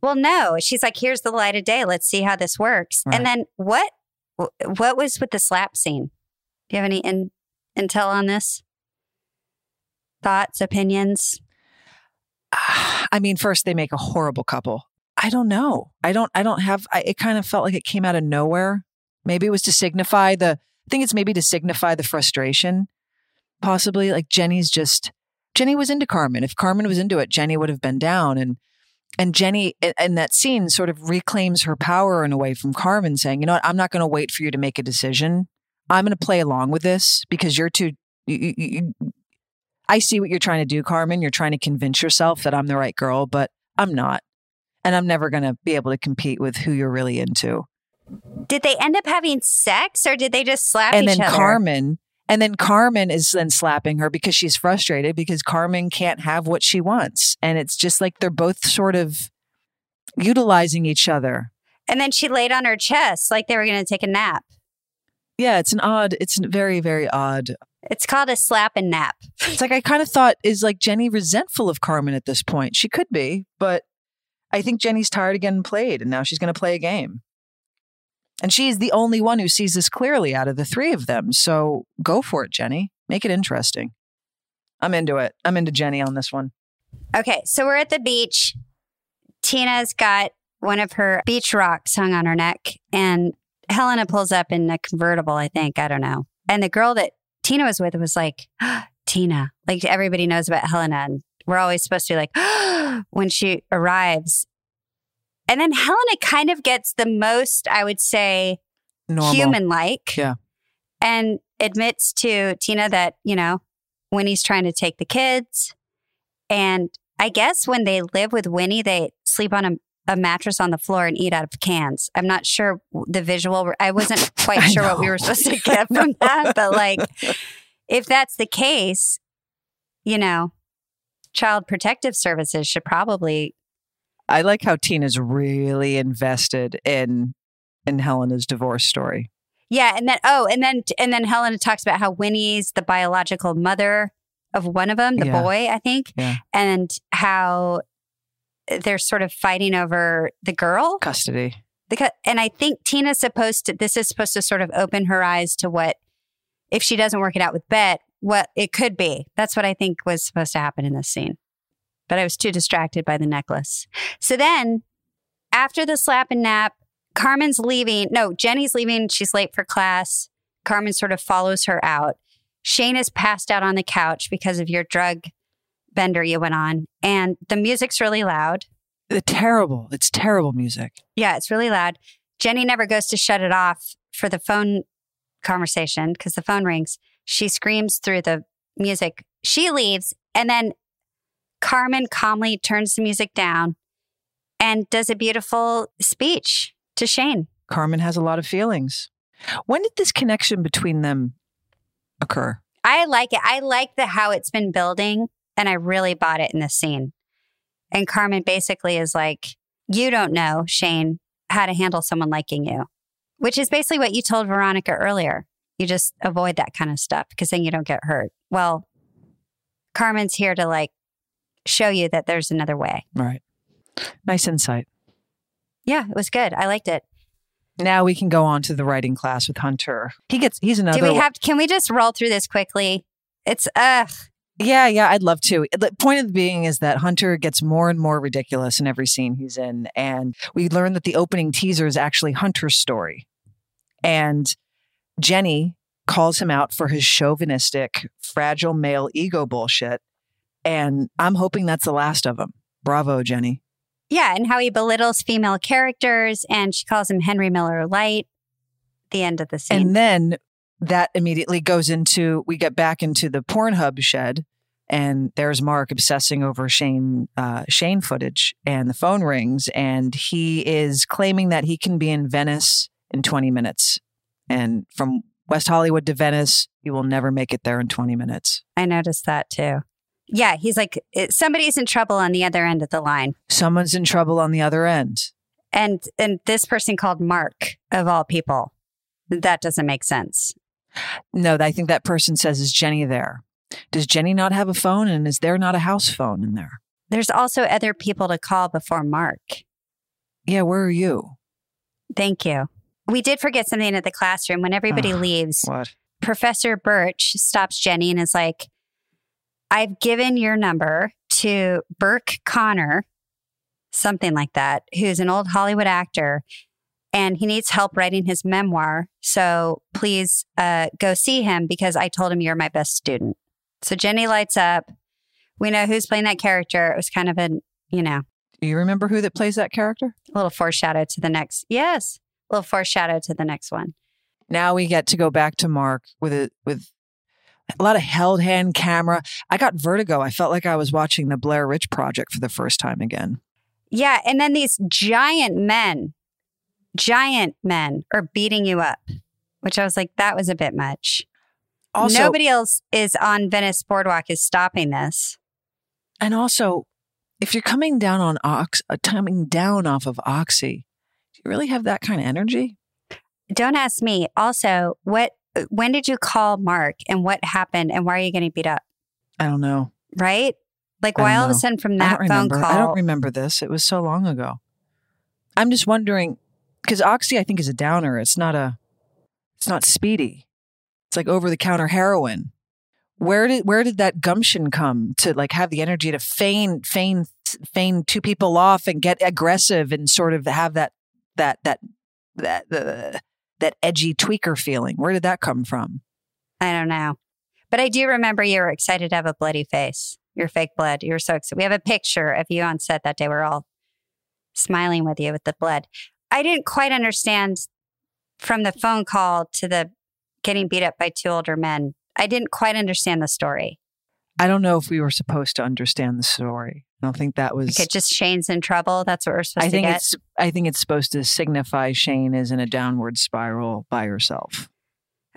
Speaker 2: Well, no, she's like, "Here's the light of day. Let's see how this works." And then what? What was with the slap scene? Do you have any in, intel on this? Thoughts, opinions?
Speaker 1: [sighs] I mean, first they make a horrible couple. I don't know. I don't. I don't have. I, it kind of felt like it came out of nowhere. Maybe it was to signify the. I think it's maybe to signify the frustration, possibly. Like Jenny's just. Jenny was into Carmen. If Carmen was into it, Jenny would have been down. And and Jenny in- in that scene sort of reclaims her power in a way from Carmen, saying, "You know what? I'm not going to wait for you to make a decision. I'm going to play along with this because you're too. You, you, you, I see what you're trying to do, Carmen. You're trying to convince yourself that I'm the right girl, but I'm not. And I'm never going to be able to compete with who you're really into.
Speaker 2: Did they end up having sex, or did they just slap
Speaker 1: and
Speaker 2: each
Speaker 1: then
Speaker 2: other?
Speaker 1: Carmen, and then Carmen is then slapping her because she's frustrated because Carmen can't have what she wants. And it's just like they're both sort of utilizing each other.
Speaker 2: And then she laid on her chest like they were going to take a nap.
Speaker 1: Yeah, it's an odd, it's a very, very odd.
Speaker 2: It's called a slap and nap.
Speaker 1: It's like I kind of thought, is like Jenny resentful of Carmen at this point? She could be, but I think Jenny's tired of getting played and now she's going to play a game. And she's the only one who sees this clearly out of the three of them. So go for it, Jenny. Make it interesting. I'm into it. I'm into Jenny on this one.
Speaker 2: Okay, so we're at the beach. Tina's got one of her beach rocks hung on her neck, and Helena pulls up in a convertible, I think. I don't know. And the girl that Tina was with was like, [gasps] Tina. Like everybody knows about Helena, and we're always supposed to be like, [gasps] when she arrives. And then Helena kind of gets the most, I would say,
Speaker 1: Normal.
Speaker 2: human like
Speaker 1: Yeah.
Speaker 2: and admits to Tina that, you know, Winnie's trying to take the kids. And I guess when they live with Winnie, they sleep on a, a mattress on the floor and eat out of cans. I'm not sure the visual, I
Speaker 1: [laughs]
Speaker 2: wasn't quite
Speaker 1: I
Speaker 2: sure what we
Speaker 1: know.
Speaker 2: were supposed
Speaker 1: [laughs]
Speaker 2: to get from that, but like, if that's the case, you know, child protective services should probably
Speaker 1: I like how Tina's really invested in in Helena's divorce story.
Speaker 2: Yeah, and then oh, and then and then Helena talks about how Winnie's the biological mother of one of them, the
Speaker 1: Yeah.
Speaker 2: boy, I think,
Speaker 1: Yeah.
Speaker 2: and how they're sort of fighting over the girl.
Speaker 1: Custody.
Speaker 2: Because, and I think Tina's supposed to. This is supposed to sort of open her eyes to what if she doesn't work it out with Bet, what it could be. That's what I think was supposed to happen in this scene. But I was too distracted by the necklace. So then after the slap and nap, Carmen's leaving. No, Jenny's leaving. She's late for class. Carmen sort of follows her out. Shane is passed out on the couch because of your drug bender you went on. And the music's really loud.
Speaker 1: The terrible. It's terrible music.
Speaker 2: Yeah, it's really loud. Jenny never goes to shut it off for the phone conversation because the phone rings. She screams through the music. She leaves, and then Carmen calmly turns the music down and does a beautiful speech to Shane.
Speaker 1: Carmen has a lot of feelings. When did this connection between them occur?
Speaker 2: I like it. I like the how it's been building, and I really bought it in this scene. And Carmen basically is like, "You don't know, Shane, how to handle someone liking you," which is basically what you told Veronica earlier. You just avoid that kind of stuff because then you don't get hurt. Well, Carmen's here to like show you that there's another way.
Speaker 1: Right. Nice insight.
Speaker 2: Yeah, it was good. I liked it.
Speaker 1: Now we can go on to the writing class with Hunter. He gets he's another.
Speaker 2: Do we have? Can we just roll through this quickly? It's ugh.
Speaker 1: Yeah, yeah, I'd love to. The point of being is that Hunter gets more and more ridiculous in every scene he's in, and we learn that the opening teaser is actually Hunter's story, and Jenny calls him out for his chauvinistic, fragile male ego bullshit, and I'm hoping that's the last of him. Bravo, Jenny.
Speaker 2: Yeah, and how he belittles female characters, and she calls him Henry Miller Light. The end of the scene.
Speaker 1: And then that immediately goes into we get back into the Pornhub shed, and there's Mark obsessing over Shane uh, Shane footage, and the phone rings, and he is claiming that he can be in Venice in 20 minutes, and from West Hollywood to Venice, you will never make it there in 20 minutes.
Speaker 2: I noticed that too. Yeah, he's like "It- somebody's in trouble on the other end of the line,
Speaker 1: Someone's in trouble on the other end.
Speaker 2: and and this person called Mark of all people. That doesn't make sense.
Speaker 1: No, I think that person says, "Is Jenny there? Does Jenny not have a phone? And is there not a house phone in there?"
Speaker 2: There's also other people to call before Mark.
Speaker 1: Yeah, where are you?
Speaker 2: Thank you. We did forget something at the classroom. When everybody
Speaker 1: Ugh,
Speaker 2: leaves,
Speaker 1: What?
Speaker 2: Professor Birch stops Jenny and is like, I've given your number to Burke Connor, something like that, who's an old Hollywood actor, and he needs help writing his memoir. So please uh, go see him because I told him you're my best student. So Jenny lights up. We know who's playing that character. It was kind of an, you know,
Speaker 1: Do you remember who that plays that character?
Speaker 2: a little foreshadow to the next. Yes, a little foreshadow to the next one.
Speaker 1: Now we get to go back to Mark with a with a lot of held hand camera. I got vertigo. I felt like I was watching the Blair Witch Project for the first time again.
Speaker 2: Yeah. And then these giant men, giant men are beating you up, which I was like, that was a bit much.
Speaker 1: Also-
Speaker 2: Nobody else is on Venice Boardwalk is stopping this.
Speaker 1: And also, if you're coming down on ox, uh, coming down off of oxy, do you really have that kind of energy?
Speaker 2: Don't ask me. Also, what, when did you call Mark and what happened and why are you getting beat up?
Speaker 1: I don't know.
Speaker 2: Right? Like,
Speaker 1: I
Speaker 2: why
Speaker 1: don't
Speaker 2: all of a
Speaker 1: know.
Speaker 2: sudden from
Speaker 1: I
Speaker 2: that
Speaker 1: don't
Speaker 2: phone
Speaker 1: remember.
Speaker 2: call?
Speaker 1: I don't remember this. It was so long ago. I'm just wondering because oxy, I think, is a downer. It's not a. It's not speedy. It's like over the counter heroin. Where did where did that gumption come to like have the energy to feign feign feign two people off and get aggressive and sort of have that that that that uh, that edgy tweaker feeling? Where did that come from?
Speaker 2: I don't know. But I do remember you were excited to have a bloody face, your fake blood. You were so excited. We have a picture of you on set that day. We're all smiling with you with the blood. I didn't quite understand from the phone call to the getting beat up by two older men. I didn't quite understand the story.
Speaker 1: I don't know if we were supposed to understand the story. I don't think that was
Speaker 2: Okay, just Shane's in trouble. That's what we're supposed
Speaker 1: I think
Speaker 2: to get.
Speaker 1: it's I think it's supposed to signify Shane is in a downward spiral by herself.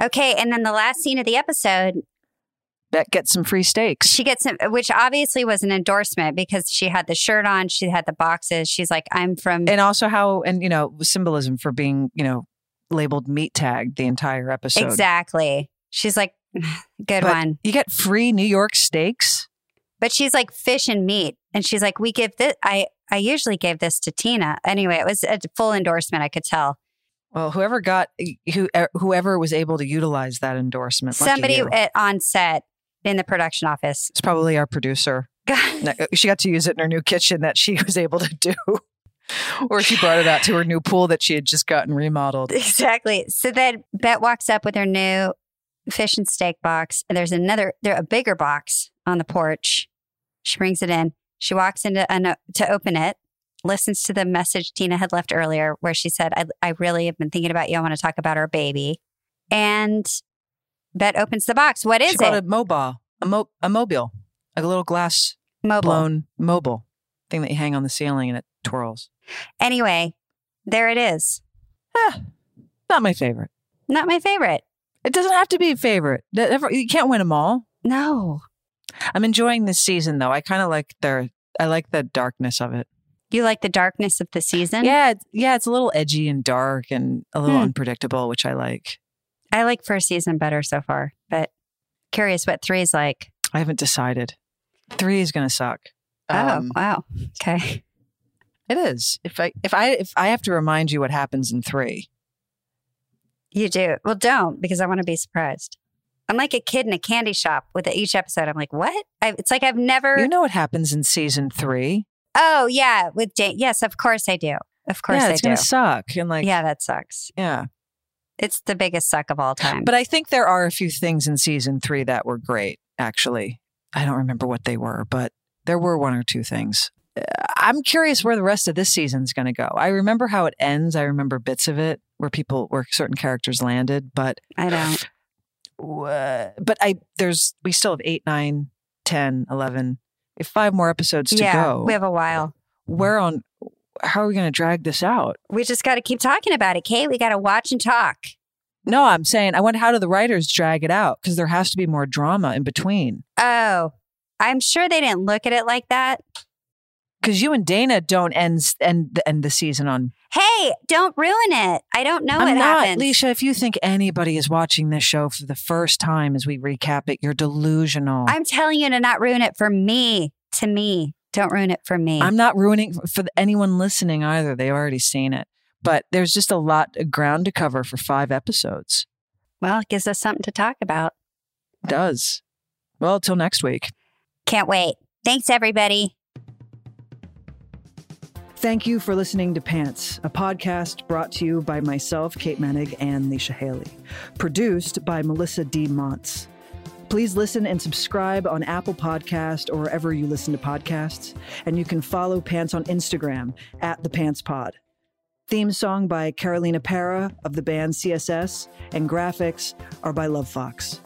Speaker 2: Okay, and then the last scene of the episode,
Speaker 1: Bet gets some free steaks.
Speaker 2: she gets him, which obviously was an endorsement because she had the shirt on, she had the boxes. She's like, "I'm from,"
Speaker 1: and also how and you know symbolism for being you know labeled meat tagged the entire episode.
Speaker 2: exactly. She's like, [sighs] "Good
Speaker 1: But
Speaker 2: one."
Speaker 1: You get free New York steaks.
Speaker 2: but she's like fish and meat and she's like we give this i i usually gave this to tina anyway it was a full endorsement i could tell
Speaker 1: Well, whoever got who e, whoever was able to utilize that endorsement, lucky
Speaker 2: somebody eh
Speaker 1: you.
Speaker 2: at, on set in the production office [laughs]
Speaker 1: it's probably our producer. No, she got to use it in her new kitchen that she [laughs] was able to do, or she brought it out to her new pool that she had just gotten remodeled.
Speaker 2: exactly so then bet walks up with her new fish and steak box and there's another there a bigger box on the porch she brings it in she walks into an, to open it listens to the message tina had left earlier where she said I, I really have been thinking about you i want to talk about our baby and bet opens the box what is
Speaker 1: she
Speaker 2: it
Speaker 1: bought a mobile, a, mo- a mobile, a little glass
Speaker 2: Mobile.
Speaker 1: blown mobile thing that you hang on the ceiling and it twirls.
Speaker 2: Anyway, there it is.
Speaker 1: Not my favorite.
Speaker 2: Not my favorite.
Speaker 1: It doesn't have to be a favorite. That- ever- You can't win them all.
Speaker 2: No.
Speaker 1: I'm enjoying this season though. I kind of like their. I like the darkness of it.
Speaker 2: You like the darkness of the season?
Speaker 1: Yeah, it's- yeah, it's a little edgy and dark and a little
Speaker 2: Hmm.
Speaker 1: unpredictable, which I like.
Speaker 2: I like first season better so far, but curious what three is like.
Speaker 1: I haven't decided. Three is going to suck. Um,
Speaker 2: oh, wow. Okay.
Speaker 1: It is. If I if I if I have to remind you what happens in three,
Speaker 2: You do. Well, don't because I want to be surprised. I'm like a kid in a candy shop with each episode. I'm like, what? I, it's like I've never.
Speaker 1: You know what happens in season three?
Speaker 2: Oh yeah, with Jane. Yes, of course I do. Of course
Speaker 1: yeah,
Speaker 2: I
Speaker 1: it's
Speaker 2: do.
Speaker 1: gonna suck. And like,
Speaker 2: yeah, that sucks.
Speaker 1: yeah.
Speaker 2: It's the biggest suck of all time.
Speaker 1: But I think there are a few things in season three that were great. Actually, I don't remember what they were, but there were one or two things. Uh, I'm curious where the rest of this season's going to go. I remember how it ends. I remember bits of it where people where certain characters landed, but
Speaker 2: I
Speaker 1: [sighs]
Speaker 2: don't.
Speaker 1: Wha- But I there's we still have eight, nine, ten, eleven. We have five more episodes to
Speaker 2: yeah,
Speaker 1: go.
Speaker 2: we have a while.
Speaker 1: where on how are we going to drag this out?
Speaker 2: We just got to keep talking about it, Kate. We got to watch and talk.
Speaker 1: No, I'm saying I wonder how do the writers drag it out because there has to be more drama in between.
Speaker 2: Oh, I'm sure they didn't look at it like that.
Speaker 1: Because you and Dana don't end s- end the, end the season on.
Speaker 2: Hey, don't ruin it. I don't know
Speaker 1: I'm
Speaker 2: what
Speaker 1: not,
Speaker 2: happens.
Speaker 1: Leisha. If you think anybody is watching this show for the first time as we recap it, you're delusional.
Speaker 2: I'm telling you to not ruin it for me. To me, don't ruin it for me.
Speaker 1: I'm not ruining f- for anyone listening either. They've already seen it, but there's just a lot of ground to cover for five episodes.
Speaker 2: well, it gives us something to talk about.
Speaker 1: does well till next week.
Speaker 2: Can't wait. Thanks, everybody.
Speaker 1: Thank you for listening to Pants, a podcast brought to you by myself, Kate Menig, and Leisha Haley. Produced by Melissa D. Montz. Please listen and subscribe on Apple Podcast or wherever you listen to podcasts. And you can follow Pants on Instagram at the Pants Pod. Theme song by Carolina Para of the band CSS, and graphics are by Love Fox.